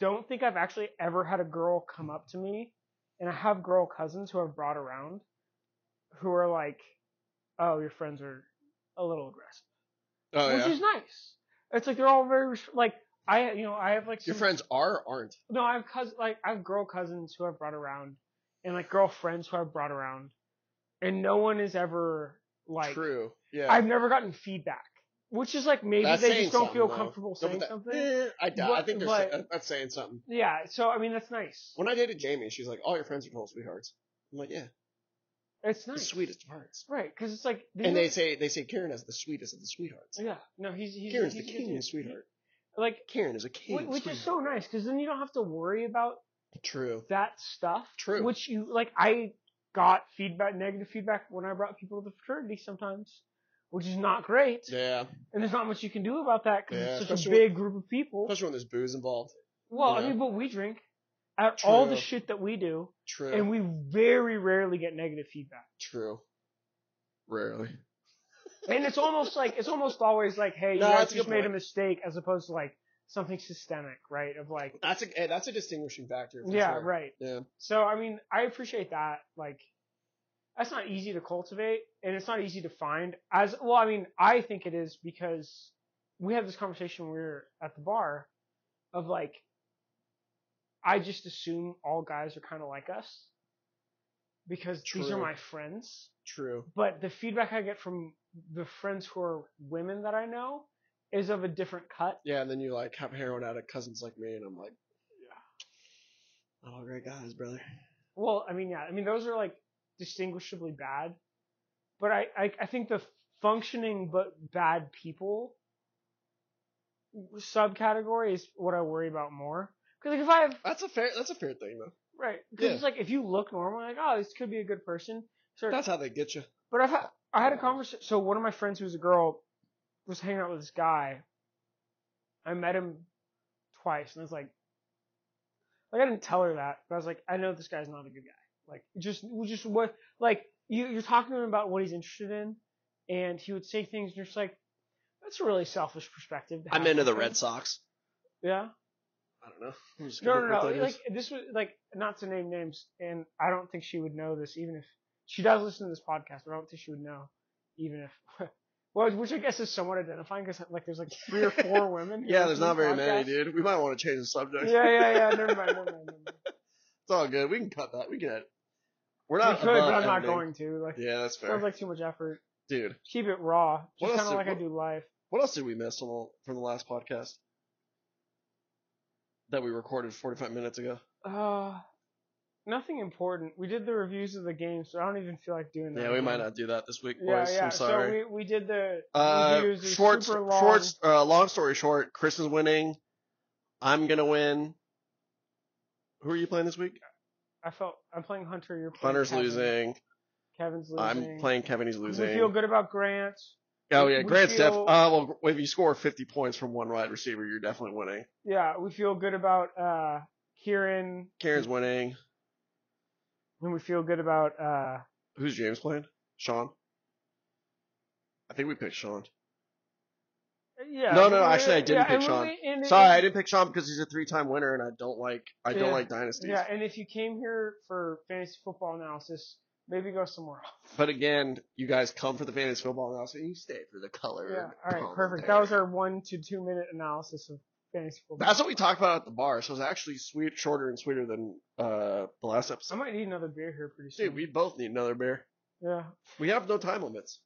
S2: don't think I've actually ever had a girl come up to me, and I have girl cousins who I've brought around, who are like, oh, your friends are a little aggressive.
S1: Oh
S2: which
S1: yeah.
S2: is nice. It's like they're all very res- like I you know I have like
S1: Your
S2: some-
S1: friends are or aren't.
S2: no I have cousins like I have girl cousins who I've brought around and like girlfriends who I've brought around, and no one is ever like
S1: True. Yeah.
S2: I've never gotten feedback, which is like maybe
S1: That's
S2: they
S1: saying
S2: just don't feel
S1: something, though.
S2: comfortable
S1: No, but
S2: saying
S1: that-
S2: something.
S1: eh, I doubt. I
S2: What-
S1: think there's
S2: but-
S1: that- that's saying something.
S2: Yeah, so I mean that's nice.
S1: When I dated Jamie, she's like, "All your friends are total sweethearts." I'm like, "Yeah,
S2: It's
S1: the
S2: nice,
S1: sweetest of hearts."
S2: right? Because it's like
S1: And they say they say Karen has the sweetest of the sweethearts.
S2: yeah no he's he's,
S1: Karen's
S2: he's
S1: the
S2: a good
S1: king of
S2: dude.
S1: sweetheart.
S2: like
S1: Karen is a king.
S2: whi-
S1: of
S2: which is so
S1: sweetheart.
S2: nice because then you don't have to worry about
S1: True.
S2: that stuff.
S1: True.
S2: Which you like I got feedback negative feedback when I brought people to the fraternity sometimes, which is not great.
S1: Yeah,
S2: And there's not much you can do about that because
S1: Yeah,
S2: it's such a
S1: especially-
S2: big group of people.
S1: especially when there's booze involved.
S2: Well,
S1: yeah.
S2: I mean, but we drink at all the
S1: True.
S2: shit that we do,
S1: True.
S2: and we very rarely get negative feedback.
S1: True. Rarely.
S2: And it's almost like it's almost always like,
S1: No,
S2: hey, you guys
S1: that's a
S2: just
S1: good
S2: made a
S1: point.
S2: mistake, as opposed to like something systemic, right? Of like,
S1: That's a eh, that's a distinguishing factor. for
S2: yeah,
S1: sure.
S2: right.
S1: Yeah.
S2: So I mean, I appreciate that. Like, that's not easy to cultivate, and it's not easy to find. As well, I mean, I think it is because we had this conversation when we were at the bar, of like, I just assume all guys are kind of like us because these are
S1: True.
S2: my friends.
S1: True.
S2: But the feedback I get from the friends who are women that I know is of a different cut.
S1: Yeah, and then you like have heroin addict cousins like me, and I'm like, yeah, not all great guys, brother.
S2: Well, I mean, yeah, I mean, those are like distinguishably bad, but I, I, I think the functioning but bad people subcategory is what I worry about more. Cause like if I have,
S1: That's a fair. That's a fair thing, though.
S2: right, cause
S1: Yeah.
S2: it's like if you look normal, like, oh, this could be a good person. Sure.
S1: That's how they get you.
S2: But I've had, I had a conversation. So one of my friends who was a girl was hanging out with this guy. I met him twice, and I was like, like I didn't tell her that, but I was like, I know this guy's not a good guy. Like just, just what, like you, you're talking to him about what he's interested in, and he would say things, and you're just like, that's a really selfish perspective. to
S1: I'm
S2: have
S1: into
S2: with
S1: the
S2: him."
S1: Red Sox.
S2: Yeah.
S1: I don't know. I'm just
S2: No,
S1: gonna
S2: no,
S1: put
S2: no.
S1: that
S2: Like
S1: as-
S2: this was like not to name names, and I don't think she would know this, even if she does listen to this podcast. But I don't think she would know, even if. (laughs) Well, which I guess is somewhat identifying because like there's like three
S1: (laughs)
S2: or four women. who
S1: yeah, there's
S2: listen to
S1: not very
S2: the
S1: many,
S2: podcast.
S1: dude. We might want to change the subject.
S2: (laughs) Yeah, yeah, yeah. Never mind, never mind. Never mind.
S1: It's all good. We can cut that. We can. Edit. We're
S2: I
S1: not.
S2: could, but
S1: above
S2: I'm not
S1: editing.
S2: going to. Like,
S1: Yeah, that's fair,
S2: sounds like too much effort.
S1: dude.
S2: Keep it raw,
S1: What
S2: just
S1: else
S2: kind
S1: did-
S2: of like I
S1: what-
S2: do live.
S1: What else did we miss on the, from the last podcast that we recorded 45 minutes ago?
S2: Uh, nothing important. We did the reviews of the games, so I don't even feel like doing that.
S1: Yeah, we
S2: again.
S1: might not do that this week, boys.
S2: Mm-hmm. Yeah, yeah.
S1: I'm sorry.
S2: So we we did the
S1: Uh,
S2: reviews. They're
S1: short,
S2: super long.
S1: short, uh, long story short, Chris is winning. I'm gonna win. Who are you playing this week?
S2: I felt I'm playing Hunter. You're playing
S1: Hunter's
S2: Kevin.
S1: losing.
S2: Kevin's losing.
S1: I'm playing Kevin. He's
S2: We feel
S1: losing.
S2: good about Grant.
S1: Oh
S2: we-
S1: yeah,
S2: we
S1: Grant Steph. Uh,
S2: feel-
S1: well, if you score 50 points from one wide receiver, you're definitely winning.
S2: Yeah, we feel good about uh Kieran,
S1: Karen's winning.
S2: and we feel good about uh
S1: Who's James playing? Sean. I think we picked Sean.
S2: Yeah.
S1: No, no,
S2: we-
S1: actually, I didn't
S2: yeah, and
S1: pick
S2: when
S1: Sean.
S2: we- and it-
S1: Sorry, I didn't pick Sean because he's a three-time winner, and I don't like I don't
S2: Yeah.
S1: like dynasties.
S2: Yeah, and if you came here for fantasy football analysis, maybe go somewhere else.
S1: But again, you guys come for the fantasy football analysis, and you stay for the color. and
S2: Yeah. All right.
S1: commentary.
S2: Perfect. That was our one to two minute analysis of fantasy football.
S1: That's what we talked about at the bar. So it's actually sweet, shorter and sweeter than uh the last
S2: I
S1: episode.
S2: might need another beer here pretty soon.
S1: Dude, we both need another beer.
S2: yeah.
S1: We have no time limits.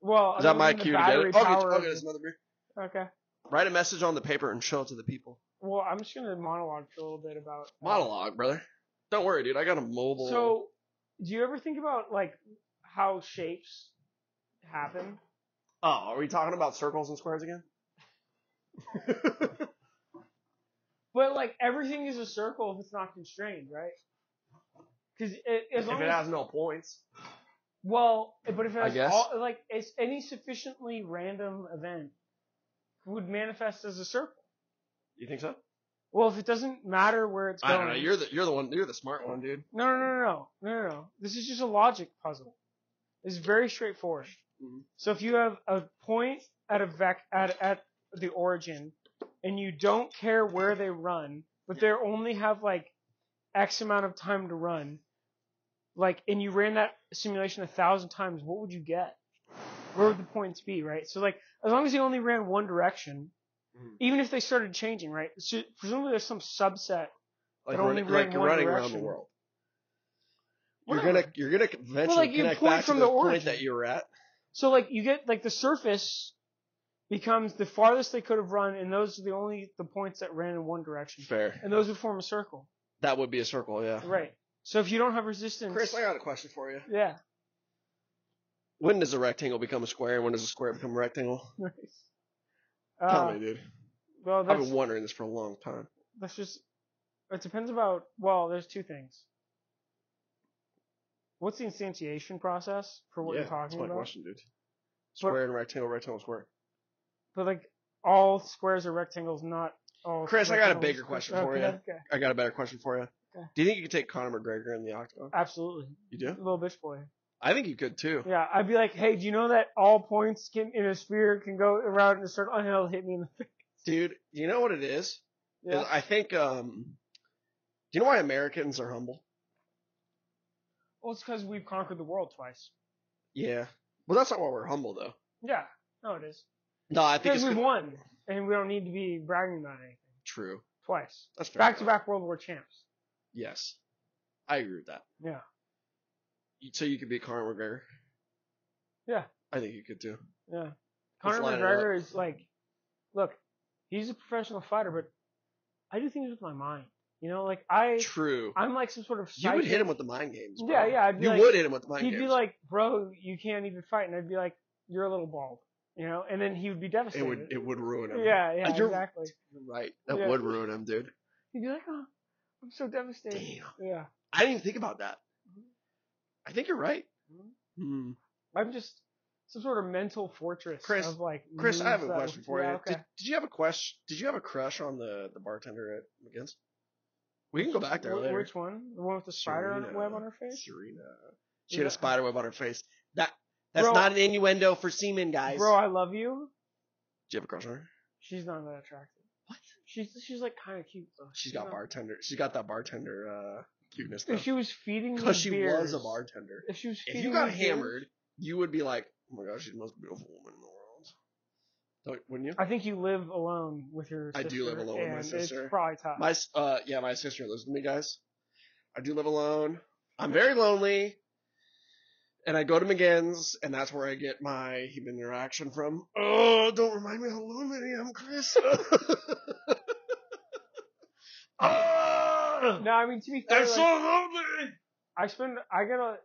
S2: Well,
S1: Is that
S2: other
S1: my
S2: than the
S1: cue to get
S2: battery
S1: it? Okay,
S2: power
S1: okay,
S2: of-
S1: that's another beer.
S2: okay.
S1: Write a message on the paper and show it to the people.
S2: Well, I'm just gonna monologue for a little bit about uh,
S1: Monologue, brother. Don't worry, dude. I got a mobile.
S2: So, do you ever think about like how shapes happen?
S1: oh, are we talking about circles and squares again?
S2: But like everything is a circle if it's not constrained, right? Because as
S1: (laughs) if
S2: long
S1: it
S2: as
S1: has no points.
S2: Well, but if it
S1: I
S2: has
S1: guess.
S2: all, like it's any sufficiently random event would manifest as a circle.
S1: You think so?
S2: Well, if it doesn't matter where it's going,
S1: I don't know. You're the you're the one. You're the smart one, dude.
S2: no, no, no, no, no, no, no. This is just a logic puzzle. It's very straightforward.
S1: Mhm.
S2: So if you have a point at a vec at at the origin, and you don't care where they run, but they only have like X amount of time to run, like, and you ran that simulation a thousand times, what would you get? Where would the points be, right? So like, as long as they only ran one direction,
S1: Mhm.
S2: even if they started changing, right? So presumably there's some subset.
S1: Like,
S2: But only
S1: running, like
S2: ran
S1: you're
S2: one
S1: running around the
S2: direction.
S1: world. You're
S2: Whatever.
S1: gonna you're gonna eventually
S2: like, you
S1: connect
S2: point
S1: back
S2: from
S1: to the,
S2: the
S1: point
S2: origin.
S1: that you're at.
S2: So like you get like the surface becomes the farthest they could have run, and those are the only the points that ran in one direction,
S1: Fair.
S2: and those would form a circle,
S1: That would be a circle, yeah.
S2: right? So if you don't have resistance,
S1: Chris, I got a question for you.
S2: yeah, (laughs)
S1: When does a rectangle become a square, and when does a square become a rectangle?
S2: nice.
S1: Tell
S2: Uh,
S1: me, dude.
S2: well,
S1: I've
S2: that's
S1: been wondering this for a long time.
S2: that's just it depends about. Well, there's two things. What's the instantiation process for what
S1: yeah,
S2: you're talking
S1: that's my
S2: about?
S1: question, dude. Square and rectangle, rectangle, square.
S2: But like all squares are rectangles, not all.
S1: Chris, I got a
S2: rectangles-
S1: bigger question for
S2: okay,
S1: you.
S2: Okay,
S1: I got a better question for you.
S2: Okay.
S1: Do you think you could take Conor McGregor in the octagon?
S2: absolutely,
S1: You do?
S2: little bitch boy.
S1: I think you could too.
S2: Yeah, I'd be like, hey, do you know that all points can, in a sphere can go around in a circle and it'll hit me in the face?
S1: Dude, you know what it is? Is
S2: Yeah.
S1: I think um do you know why Americans are humble?
S2: Well, it's because we've conquered the world twice.
S1: Yeah. Well that's not why we're humble though.
S2: Yeah, no, it is.
S1: No, I think
S2: Because
S1: it's
S2: we
S1: good-
S2: won, and we don't need to be bragging about anything.
S1: true.
S2: Twice.
S1: That's fair.
S2: Back to back World War champs.
S1: Yes. I agree with that.
S2: Yeah.
S1: You- So you could be Conor McGregor?
S2: Yeah.
S1: I think you could too.
S2: Yeah. Conor
S1: line it
S2: McGregor is like, look, he's a professional fighter, but I do things with my mind. You know, like I,
S1: True.
S2: I'm like some sort of.
S1: you would
S2: psychic.
S1: hit him with the mind games. Bro.
S2: Yeah, yeah, I'd be
S1: you
S2: like-
S1: would hit him with the mind
S2: He'd
S1: games.
S2: be like, bro, you can't even fight, and I'd be like, you're a little bald. You know, and then he would be
S1: it
S2: devastated.
S1: would it would ruin him.
S2: Yeah, yeah,
S1: You're-
S2: exactly.
S1: You're right. That
S2: Yeah.
S1: would ruin him, dude.
S2: You'd be like, oh, I'm so devastated.
S1: Damn.
S2: Yeah.
S1: I didn't even think about that. I think you're right.
S2: Mhm.
S1: Hmm.
S2: I'm just some sort of mental fortress
S1: Chris-
S2: of like.
S1: Chris, I have a
S2: moods that-
S1: question for
S2: yeah,
S1: you.
S2: Okay.
S1: Did, did you have a question? Did you have a crush on the, the bartender at McGinn's? We can go back there
S2: Wh-
S1: later.
S2: Which one? The one with the spider on
S1: Serena.
S2: web on her face?
S1: Serena. She had a
S2: Yeah.
S1: spider web on her face. That that's
S2: Bro.
S1: not an innuendo for semen, guys.
S2: Bro, I love you.
S1: Did you have a crush on her?
S2: She's not that attractive. What? She's she's like kind of cute though.
S1: She's got
S2: not-
S1: bartender. She's got that bartender uh, cuteness
S2: If
S1: though.
S2: she was feeding me
S1: Because she
S2: beers,
S1: was a bartender.
S2: If she was feeding
S1: If you got
S2: me beers-
S1: hammered, you would be like, "Oh my gosh, she's the most beautiful woman in the world." Don't- Wouldn't you?
S2: I think you live alone with your.
S1: I
S2: sister,
S1: do live alone with my
S2: and
S1: sister.
S2: It's probably tough.
S1: My s- uh yeah, my sister lives with me, guys. I do live alone. I'm very lonely. And I go to McGinn's, and that's where I get my human interaction from. Oh, don't remind me how lonely I am, Chris. (laughs) Ah,
S2: no, I mean to be fair,
S1: I'm so
S2: like,
S1: lonely.
S2: I spend I get a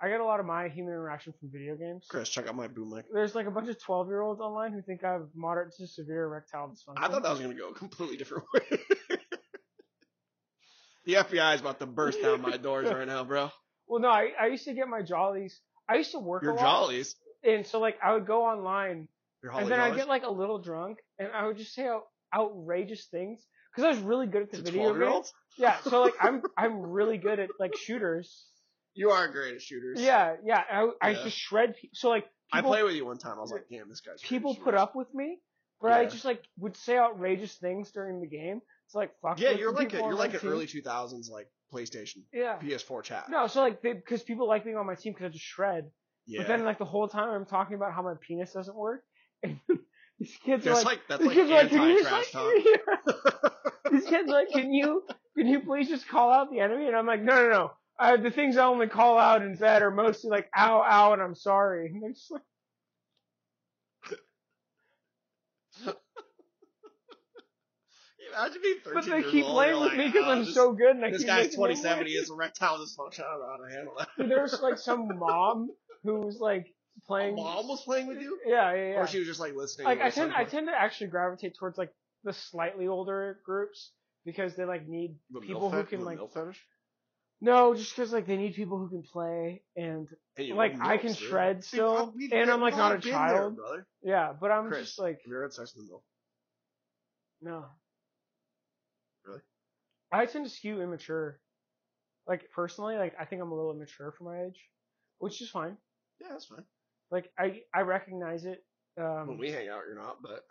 S2: I get a lot of my human interaction from video games.
S1: Chris, check out my boom mic.
S2: There's like a bunch of 12 year olds online who think I have moderate to severe erectile dysfunction.
S1: I thought that was gonna go a completely different way. (laughs) the FBI is about to burst down my doors right now, bro.
S2: Well, no, I, I used to get my jollies. I used to work (laughs)
S1: Your
S2: a lot,
S1: jollies,
S2: and so like I would go online,
S1: your
S2: and
S1: holly
S2: then I'd
S1: jollies.
S2: get like a little drunk, and I would just say out, outrageous things because I was really good at the
S1: To
S2: video
S1: 12-year-olds?
S2: games. Yeah, so like
S1: (laughs)
S2: I'm I'm really good at like shooters.
S1: You are great at shooters.
S2: Yeah, yeah. I, I
S1: Yeah.
S2: just shred. pe- So like
S1: I
S2: people,
S1: played with you one time. I was like, damn, this guy's.
S2: people
S1: pretty
S2: put
S1: short."
S2: up with me, where I
S1: Yeah.
S2: just like would say outrageous things during the game. It's like fuck.
S1: Yeah,
S2: with
S1: you're
S2: the
S1: like a,
S2: people on
S1: you're
S2: my
S1: like an
S2: team.
S1: early 2000s like PlayStation
S2: Yeah.
S1: PS4 chat.
S2: No, so like because people like being on my team because I just shred.
S1: yeah,
S2: But then like the whole time I'm talking about how my penis doesn't work, (laughs) and these kids are
S1: that's
S2: like,
S1: like, that's like
S2: these kids are like, can you
S1: anti
S2: just
S1: trash
S2: like, (laughs)
S1: talk. (laughs)
S2: these kids are like, can you can you please just call out the enemy? And I'm like, no, no, no. I, the things I only call out in bed are mostly like ow, ow, and I'm sorry. And they're just like,
S1: Imagine being 13
S2: but they
S1: years
S2: keep
S1: old,
S2: playing
S1: you're
S2: with
S1: like,
S2: me because
S1: "Oh,
S2: I'm
S1: this,
S2: so good and I
S1: This
S2: keep
S1: guy's
S2: making them
S1: 27.
S2: win."
S1: He has erectile dysfunction. I don't know how to handle that.
S2: There's like some mom who was like
S1: My
S2: playing.
S1: mom was playing with you,
S2: Yeah, yeah, yeah.
S1: or she was just like listening.
S2: like
S1: to
S2: I
S1: listen
S2: tend
S1: to
S2: I
S1: it?
S2: tend to actually gravitate towards like the slightly older groups because they like need
S1: With
S2: people
S1: milk
S2: who
S1: fe-
S2: can
S1: with
S2: like
S1: milk fetish.
S2: no just because like they need people who can play and
S1: Hey, you
S2: like
S1: love
S2: I
S1: milks,
S2: can
S1: dude.
S2: shred
S1: Dude, I-
S2: still
S1: we've-
S2: and I'm
S1: we've
S2: like
S1: all
S2: not a
S1: been there,
S2: child
S1: brother.
S2: yeah but I'm
S1: Chris,
S2: just like
S1: have you ever had sex with a milk?
S2: no
S1: Really?
S2: I tend to skew immature like personally like I think I'm a little immature for my age which is fine
S1: Yeah, that's fine.
S2: like I I recognize it um
S1: when we hang out, you're not, but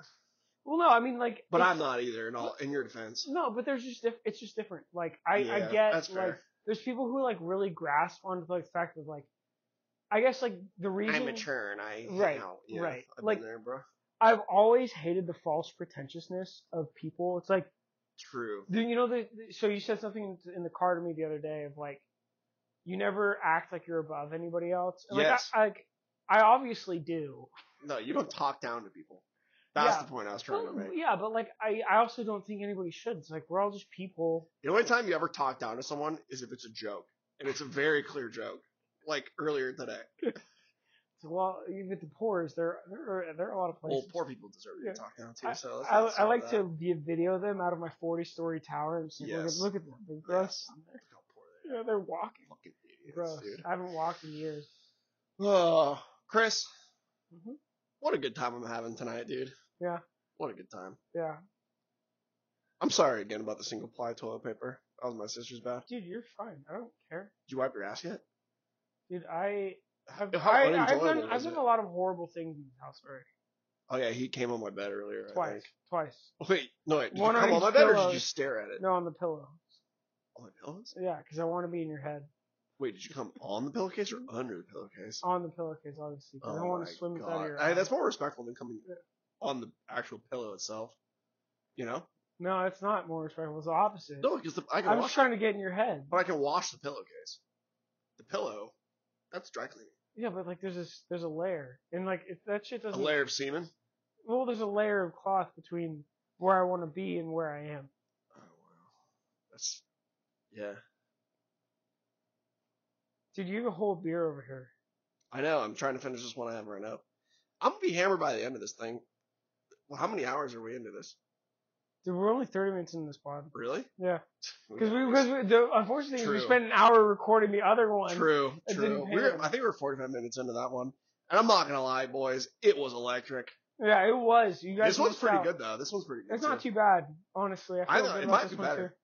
S2: well no I mean like
S1: but
S2: it's-
S1: I'm not either. In all, in your defense,
S2: No, but there's just diff- it's just different. Like I, I
S1: Yeah,
S2: get
S1: that's fair.
S2: like there's people who like really grasp onto the fact of like I guess like the reason
S1: I'm mature and I hang
S2: Right,
S1: out. Yeah,
S2: right.
S1: I've been
S2: Like-
S1: there, bro.
S2: I've always hated the false pretentiousness of people. It's like
S1: True.
S2: do you know the the- so you said something in the car to me the other day of like you never act like you're above anybody else. And,
S1: Yes.
S2: Like I, like I obviously do.
S1: No, you don't talk down to people. That's
S2: Yeah.
S1: the point I was trying to
S2: Well,
S1: make.
S2: yeah, but like I, I also don't think anybody should. It's like we're all just people.
S1: The only time you ever talk down to someone is if it's a joke, and it's a very clear joke. Like earlier today,
S2: It's like, well, even the poor is there. There are, there are a lot of
S1: well,
S2: places.
S1: poor people deserve to
S2: Yeah.
S1: be talked down to. So let's
S2: I,
S1: not
S2: I
S1: solve
S2: like
S1: that.
S2: to vi- video them out of my 40 story tower and just like,
S1: Yes.
S2: look, at, look at them. They're gross.
S1: Yes. Look how poor
S2: You know, they're walking.
S1: they are. Fucking idiots,
S2: Gross.
S1: dude.
S2: I haven't walked in years.
S1: Oh, Chris,
S2: Mhm.
S1: what a good time I'm having tonight, dude.
S2: Yeah.
S1: What a good time.
S2: Yeah.
S1: I'm sorry again about the single ply toilet paper. That was my sister's bad.
S2: Dude, you're fine. I don't care.
S1: Did you wipe your ass yet?
S2: Dude, I. I've,
S1: How
S2: I, I've
S1: unenjoyable
S2: done, I've
S1: is
S2: done
S1: it?
S2: a lot of horrible things in the house already.
S1: Oh yeah, he came on my bed earlier. I
S2: Twice. Twice.
S1: think. Wait, no wait. Did
S2: One
S1: you
S2: on
S1: come on
S2: each
S1: my bed or did
S2: pillow.
S1: you just stare at it?
S2: No, on the pillow.
S1: On the pillows?
S2: Yeah, because I want to be in your head.
S1: Wait, did you come on the pillowcase or under the pillowcase?
S2: On the pillowcase, obviously. 'cause Oh, I
S1: Oh
S2: don't want
S1: my
S2: to swim inside
S1: God.
S2: of your
S1: Hey,
S2: eyes.
S1: that's more respectful than coming
S2: Yeah.
S1: on the actual pillow itself. You know?
S2: No, it's not more respectful. It's the opposite.
S1: No, because I can
S2: I'm
S1: wash,
S2: just trying to get in your head.
S1: but I can wash the pillowcase. The pillow, that's dry cleaning.
S2: Yeah, but like there's a s- there's a layer, and like if that shit
S1: A
S2: doesn't
S1: layer of semen.
S2: well, there's a layer of cloth between where I want to be and where I am.
S1: Oh wow, that's yeah.
S2: Dude, you have a whole beer over here.
S1: I know. I'm trying to finish this one I have right now. I'm gonna be hammered by the end of this thing. Well, how many hours are we into this?
S2: Dude, we're only 30 minutes in this pod.
S1: Really?
S2: Yeah,
S1: We
S2: because we
S1: got
S2: because we, the unfortunate thing is we
S1: True.
S2: spent an hour recording the other one.
S1: this. true,
S2: It
S1: true.
S2: didn't
S1: We We're,
S2: pan.
S1: I think we we're 45 minutes into that one, and I'm not gonna lie, boys, it was electric.
S2: Yeah, it was. You guys.
S1: This one's
S2: missed
S1: pretty
S2: out.
S1: good though. This one's pretty good.
S2: It's not
S1: too.
S2: too bad, honestly. I, feel
S1: I know,
S2: good
S1: it
S2: about
S1: might
S2: this
S1: be
S2: one
S1: better.
S2: too.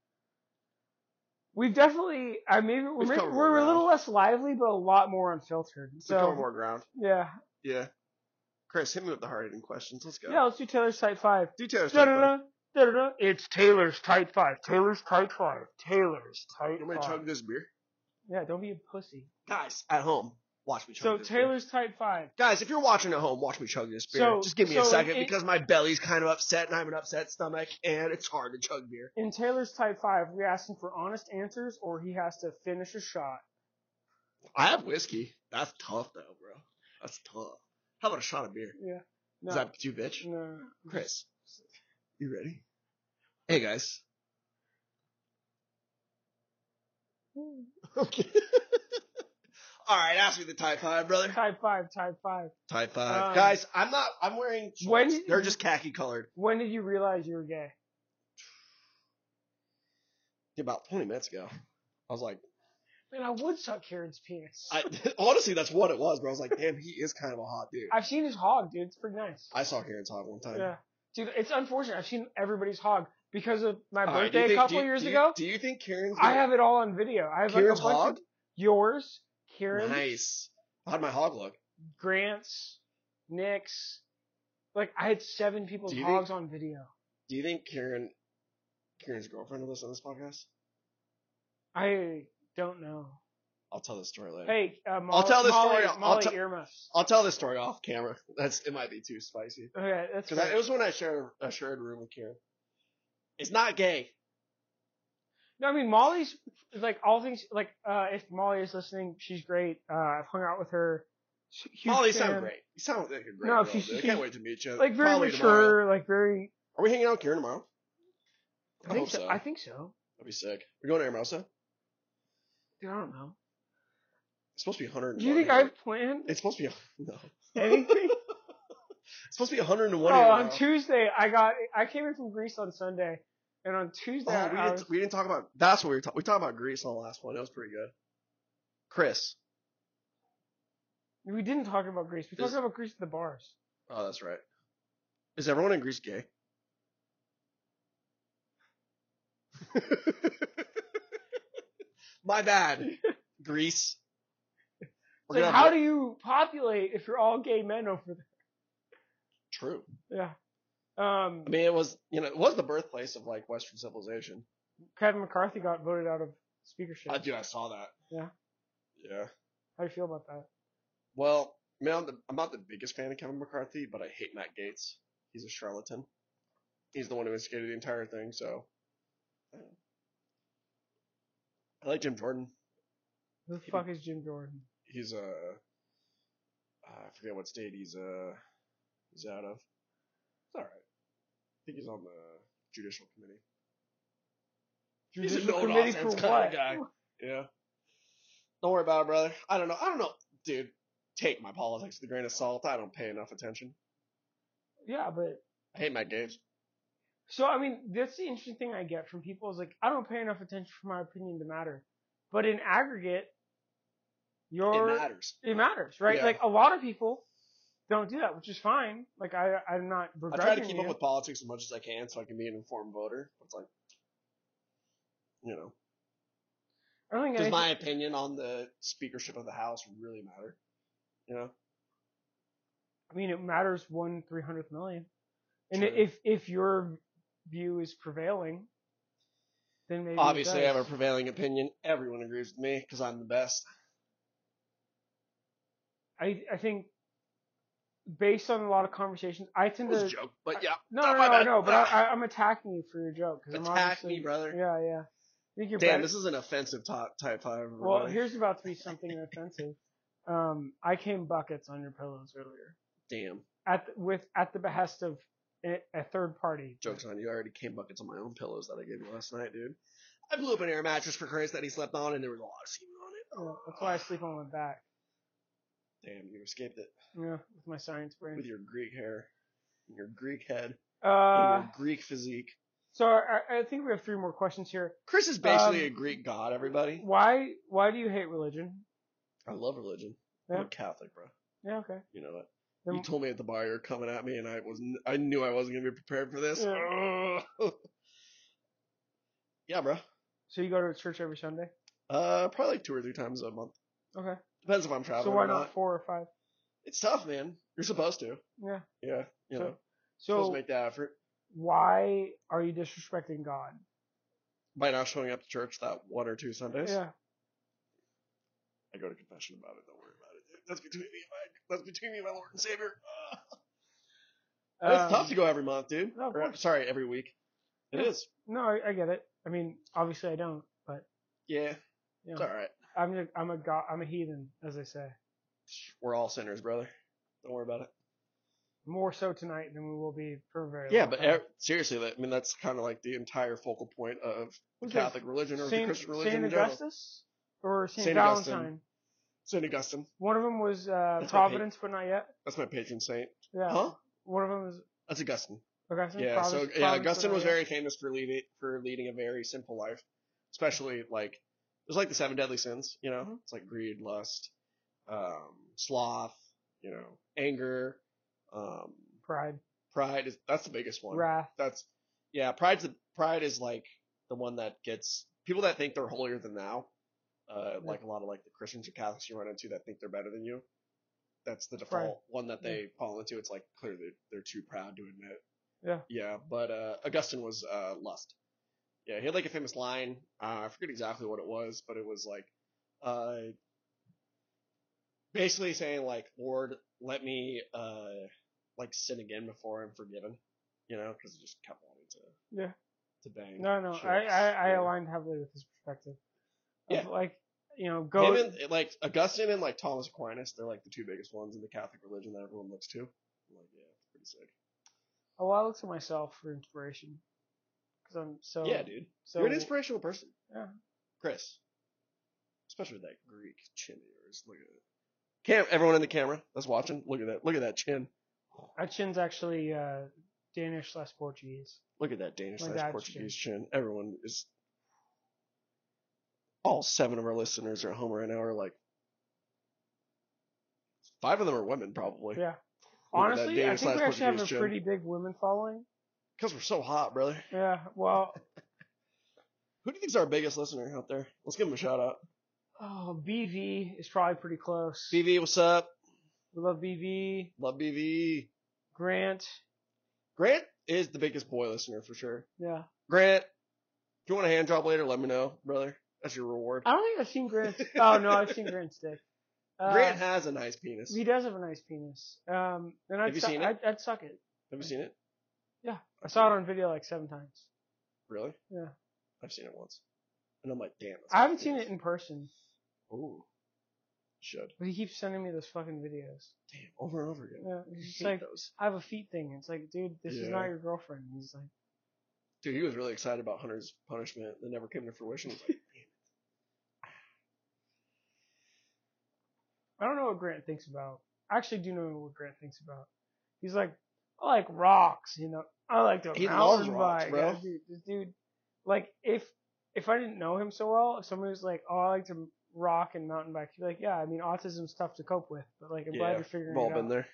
S2: We've definitely, I mean, we're,
S1: We've
S2: maybe-
S1: covered more
S2: we're a
S1: ground.
S2: little less lively, but a lot more unfiltered.
S1: We covered
S2: So
S1: more ground.
S2: yeah,
S1: Yeah. Chris, hit me with the hard hitting questions. Let's go.
S2: yeah. Let's do Taylor's type five.
S1: Do Taylor Swift, buddy.
S2: Da-da-da, da-da-da. It's Taylor's tight five. Taylor's tight five. Taylor's tight
S1: You want me to chug this beer?
S2: Yeah, don't be a pussy.
S1: Guys, at home, watch me chug
S2: So
S1: this beer.
S2: Taylor's tight five.
S1: Guys, if you're watching at home, watch me chug this beer.
S2: So-
S1: Just give me a
S2: so
S1: second
S2: it-
S1: because my belly's kind of upset and I have an upset stomach and it's hard to chug beer.
S2: In Taylor's type five, we ask him for honest answers, or he has to finish a shot.
S1: I have whiskey. That's tough though, bro. That's tough. How about a shot of beer?
S2: No, Mm.
S1: Is that too bitch?
S2: no.
S1: Chris, you ready? Hey guys. (laughs) Okay. All right, ask me the tie five, brother.
S2: Type five, type five.
S1: Tie five,
S2: Um,
S1: guys. I'm not. I'm wearing. Shorts.
S2: when-
S1: They're just khaki colored.
S2: When did you realize you were gay?
S1: About 20 minutes ago, I was like,
S2: Man, I would suck Karen's penis.
S1: (laughs) I, honestly, that's what it was, bro. I was like, damn, he is kind of a hot dude.
S2: I've seen his hog, dude. It's pretty nice.
S1: I saw Karen's hog one time.
S2: yeah, dude. It's unfortunate. I've seen everybody's hog because of my
S1: All right, do
S2: birthday
S1: you
S2: a
S1: think-
S2: couple
S1: do you-
S2: years
S1: do you-
S2: ago.
S1: Do you think Karen's?
S2: I have it all on video. I have
S1: Karen's
S2: like a bunch
S1: hog.
S2: of yours, Karen's,
S1: Nice. How'd my hog look?
S2: Grant's, Nick's, Like I had seven people's
S1: Do you
S2: hogs on video.
S1: Do you think Kieran, Kieran's girlfriend, will listen to this podcast?
S2: I don't know.
S1: I'll tell this story later.
S2: Hey, uh, Molly,
S1: tell this
S2: Molly,
S1: story- I'll
S2: Molly
S1: tell-
S2: earmuffs.
S1: I'll tell this story off camera. (laughs) That's it. Might be too spicy
S2: Okay, that's
S1: because
S2: fair.
S1: it was when I shared a shared room with Kieran. It's not gay.
S2: No, I mean Molly's like all things like uh, if Molly is listening, she's great. Uh, I've hung out with her. Sh- huge
S1: Molly, you
S2: fan.
S1: sound great. You sound like a great
S2: No,
S1: girl.
S2: she's-
S1: dude. I
S2: she's-
S1: can't wait to meet you.
S2: Like very
S1: Probably
S2: mature,
S1: tomorrow.
S2: like very.
S1: Are we hanging out with Kieran tomorrow? I
S2: I, think
S1: hope
S2: so.
S1: so.
S2: I think so.
S1: That'd be sick. We're going to Hermosa.
S2: Dude, I don't know.
S1: It's supposed to be 101.
S2: Do you think I've planned
S1: It's supposed to be (laughs) no.
S2: anything?
S1: It's supposed to be 101.
S2: oh, on
S1: tomorrow.
S2: Tuesday I got. I came in from Greece on Sunday, and on Tuesday
S1: Oh, we,
S2: I
S1: didn't,
S2: was,
S1: we didn't talk about. That's what we were talking. We talked about Greece on the last one. That was pretty good. Chris.
S2: we didn't talk about Greece. We talked
S1: Is-
S2: about Greece at the bars.
S1: Oh, that's right. Is everyone in Greece gay? (laughs) My bad. Greece. We're
S2: Like,
S1: gonna
S2: how
S1: have-
S2: do you populate if you're all gay men over
S1: True.
S2: there? Yeah. Um,
S1: I mean, it was you know it was the birthplace of like Western civilization.
S2: Kevin McCarthy got voted out of speakership.
S1: I, dude, I saw that.
S2: Yeah.
S1: Yeah.
S2: How do you feel about that?
S1: Well, I mean, I'm, the, I'm not the biggest fan of Kevin McCarthy, but I hate Matt Gates. He's a charlatan. He's the one who instigated the entire thing. So, I, don't know. I like Jim Jordan.
S2: Who the fuck is Jim Jordan?
S1: He's a I forget what state he's uh he's out of. It's all right. I think he's on the judicial committee. He's a no nonsense kinda guy. Yeah. Don't worry about it, brother. I don't know. I don't know, dude. Take my politics with a grain of salt. I don't pay enough attention.
S2: Yeah, but
S1: I hate Matt Gates.
S2: so I mean, that's the interesting thing I get from people is like I don't pay enough attention for my opinion to matter, but in aggregate, your
S1: it matters.
S2: it matters, right?
S1: Yeah.
S2: Like a lot of people don't do that, which is fine. Like I I'm
S1: I
S2: not begrudging
S1: try to keep
S2: you.
S1: up with politics as much as I can so I can be an informed voter. It's like, you know,
S2: I don't think
S1: does
S2: anything,
S1: my opinion on the speakership of the House really matter? You know,
S2: I mean it matters one three hundredth million, and
S1: True.
S2: if if your view is prevailing, then maybe it
S1: obviously I have a
S2: does.
S1: prevailing opinion. Everyone agrees with me because I'm the best.
S2: I I think based on a lot of conversations, I tend
S1: It was a
S2: to
S1: joke, but yeah,
S2: no
S1: Oh,
S2: no
S1: my
S2: no,
S1: bad.
S2: no but
S1: Ah. (laughs)
S2: I, I, I'm attacking you for your joke because I'm
S1: attack
S2: obviously-
S1: me, brother.
S2: Yeah yeah. I think you're
S1: Damn,
S2: better-
S1: this is an offensive top, type five. Everybody.
S2: well, here's
S1: (laughs)
S2: about to be something offensive. Um, I came buckets on your pillows earlier
S1: damn
S2: at the, with at the behest of a, a third party.
S1: jokes on you. I already came buckets on my own pillows that I gave you last night, dude. I blew up an air mattress for Chris that he slept on, and there was a lot of semen on it. Oh,
S2: Yeah, that's why I sleep on my back.
S1: Damn, you escaped it
S2: Yeah, with my science brain.
S1: with your Greek hair, and your Greek head,
S2: Uh,
S1: and your Greek physique.
S2: so I, I think we have three more questions here.
S1: Chris is basically
S2: Um,
S1: a Greek god, everybody.
S2: Why why do you hate religion?
S1: I love religion. I'm
S2: Yeah.
S1: a Catholic, bro.
S2: Yeah, okay.
S1: You know that.
S2: Then-
S1: You told me at the bar you're coming at me, and I was n- I knew I wasn't gonna be prepared for this. (laughs) yeah, bro.
S2: So you go to church every Sunday?
S1: Uh, probably like two or three times a month.
S2: Okay.
S1: Depends if I'm traveling.
S2: So why
S1: or
S2: not four or five?
S1: It's tough, man. You're supposed to.
S2: Yeah.
S1: Yeah. You
S2: So-
S1: know, supposed
S2: So
S1: to make that effort
S2: why are you disrespecting God?
S1: by not showing up to church that one or two Sundays.
S2: Yeah.
S1: I go to confession about it. Don't worry about it. dude. That's between me. And my, that's between me and my Lord and Savior. Ah. it's
S2: Um,
S1: tough to go every month, dude.
S2: no, of
S1: Or,
S2: course.
S1: sorry, every week. It
S2: Yeah.
S1: is.
S2: No, I, I get it. I mean, obviously I don't, but
S1: Yeah.
S2: you
S1: It's
S2: know,
S1: all right.
S2: I'm a, I'm a God, I'm a heathen, as they say.
S1: We're all sinners, brother. Don't worry about it.
S2: More so tonight than we will be for a very
S1: Yeah,
S2: long
S1: but
S2: time.
S1: e- seriously, that- I mean, that's kind of like the entire focal point of the
S2: Who's that?
S1: Catholic religion or the
S2: Saint,
S1: Christian religion
S2: Saint
S1: in general.
S2: Augustus or Saint,
S1: Saint Augustine.
S2: Valentine.
S1: St. Augustine.
S2: One of them was uh,
S1: That's my hate.
S2: Providence, but not yet.
S1: That's my patron saint.
S2: Yeah.
S1: Huh?
S2: One of them was
S1: That's Augustine.
S2: Augustine.
S1: Yeah,
S2: Providence,
S1: so yeah,
S2: Providence, but
S1: Augustine
S2: not
S1: was
S2: yet.
S1: very famous for leading for leading a very simple life, especially like it was like the seven deadly sins. You know,
S2: Mhm.
S1: it's like greed, lust, um, sloth, you know, anger, um,
S2: pride,
S1: pride. Is that's the biggest one.
S2: wrath.
S1: That's yeah, pride's the, pride is like the one that gets people that think they're holier than thou. Uh, like a lot of like the Christians or Catholics you run into that think they're better than you. that's the default
S2: Right.
S1: one that
S2: Yeah.
S1: they fall into. It's like clearly they're, they're too proud to admit.
S2: Yeah.
S1: Yeah, but uh, Augustine was uh, lust. Yeah, he had like a famous line. Uh, I forget exactly what it was, but it was like, uh, basically saying like, Lord, let me uh, like sin again before I'm forgiven. You know, because he just kept wanting to
S2: Yeah.
S1: to bang.
S2: No, no, I,
S1: chicks.
S2: I, I
S1: Yeah.
S2: aligned heavily with his perspective.
S1: Yeah.
S2: Of like, you know, go.
S1: Him and, like Augustine and like Thomas Aquinas, they're like the two biggest ones in the Catholic religion that everyone looks to. I'm like, yeah, it's pretty sick.
S2: Oh, I look to myself for inspiration. Because I'm so.
S1: yeah, dude,
S2: So,
S1: you're an inspirational person.
S2: Yeah.
S1: Chris, especially with that Greek chin of yours. Look at it. Cam, everyone in the camera that's watching, look at that. Look at that chin.
S2: That chin's actually uh, Danish slash Portuguese.
S1: Look at that Danish
S2: My
S1: slash
S2: dad's
S1: Portuguese chin. Everyone is. All seven of our listeners are at home right now. Are like, five of them are women probably.
S2: Yeah.
S1: Look at that
S2: Honestly, I
S1: Danish
S2: think we
S1: slash
S2: actually have a
S1: Portuguese chin.
S2: pretty big women following.
S1: Because we're so hot, brother.
S2: Yeah,
S1: (laughs)
S2: well,
S1: Who do you think's our biggest listener out there? Let's give him a shout out.
S2: oh, BV is probably pretty close.
S1: BV, what's up?
S2: We love BV.
S1: Love BV.
S2: Grant.
S1: Grant is the biggest boy listener for sure.
S2: Yeah.
S1: Grant, if you want a hand job later, let me know, brother. That's your reward.
S2: I don't think I've seen
S1: (laughs)
S2: Grant. Oh, no, I've seen Grant's dick. Uh,
S1: Grant has a nice penis.
S2: He does have a nice penis. Um, and I'd
S1: Have you
S2: su-
S1: seen it?
S2: I'd, I'd suck it.
S1: Have you seen it?
S2: Yeah. I saw it on video like seven times.
S1: Really?
S2: Yeah.
S1: I've seen it once. And I'm like, damn. that's
S2: I
S1: a
S2: haven't
S1: nice
S2: seen it
S1: penis.
S2: in person,
S1: Ooh. Should.
S2: but he keeps sending me those fucking videos.
S1: Damn. Over and over again.
S2: Yeah,
S1: I
S2: it's just
S1: hate
S2: like
S1: those.
S2: I have a feet thing. It's like, dude, this is
S1: Yeah.
S2: not your girlfriend. And He's like,
S1: Dude, he was really excited about Hunter's punishment that never came to fruition. He's like,
S2: I don't know what Grant thinks about. I actually do know what Grant thinks about. He's like, I like rocks, you know. I like to
S1: He
S2: mountain
S1: loves rocks,
S2: bike.
S1: bro.
S2: Yeah, dude, this dude, like, if if I didn't know him so well, if somebody was like, oh, I like to rock and mountain bike, he'd be like, yeah, I mean, autism's tough to cope with, but like, I'm glad
S1: Yeah,
S2: you're figuring
S1: We've all
S2: it
S1: been
S2: out.
S1: there.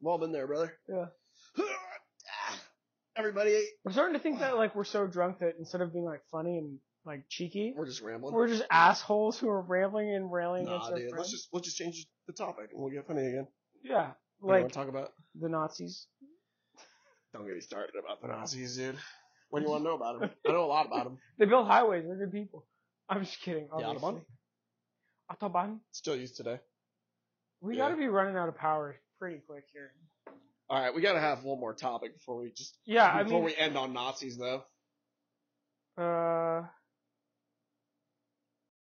S1: We've all been there, brother.
S2: Yeah.
S1: (sighs) Everybody,
S2: I'm starting to think that like we're so drunk that instead of being like funny and like cheeky,
S1: we're just rambling.
S2: we're just assholes who are rambling and railing
S1: nah,
S2: against our
S1: dude.
S2: friends.
S1: Let's just let's just change the topic and we'll get funny again.
S2: yeah,
S1: What do you want
S2: like
S1: to talk about?
S2: the Nazis.
S1: Don't get me started about the Nazis, dude. What do you want to know about them? I know a lot about them.
S2: They build highways. They're good people. I'm just kidding. Obviously.
S1: Autobahn?
S2: Autobahn.
S1: Still used today.
S2: We
S1: Yeah.
S2: got to be running out of power pretty quick here.
S1: All right, we gotta have one more topic before we just
S2: Yeah, I
S1: before
S2: mean,
S1: we end on Nazis, though.
S2: uh,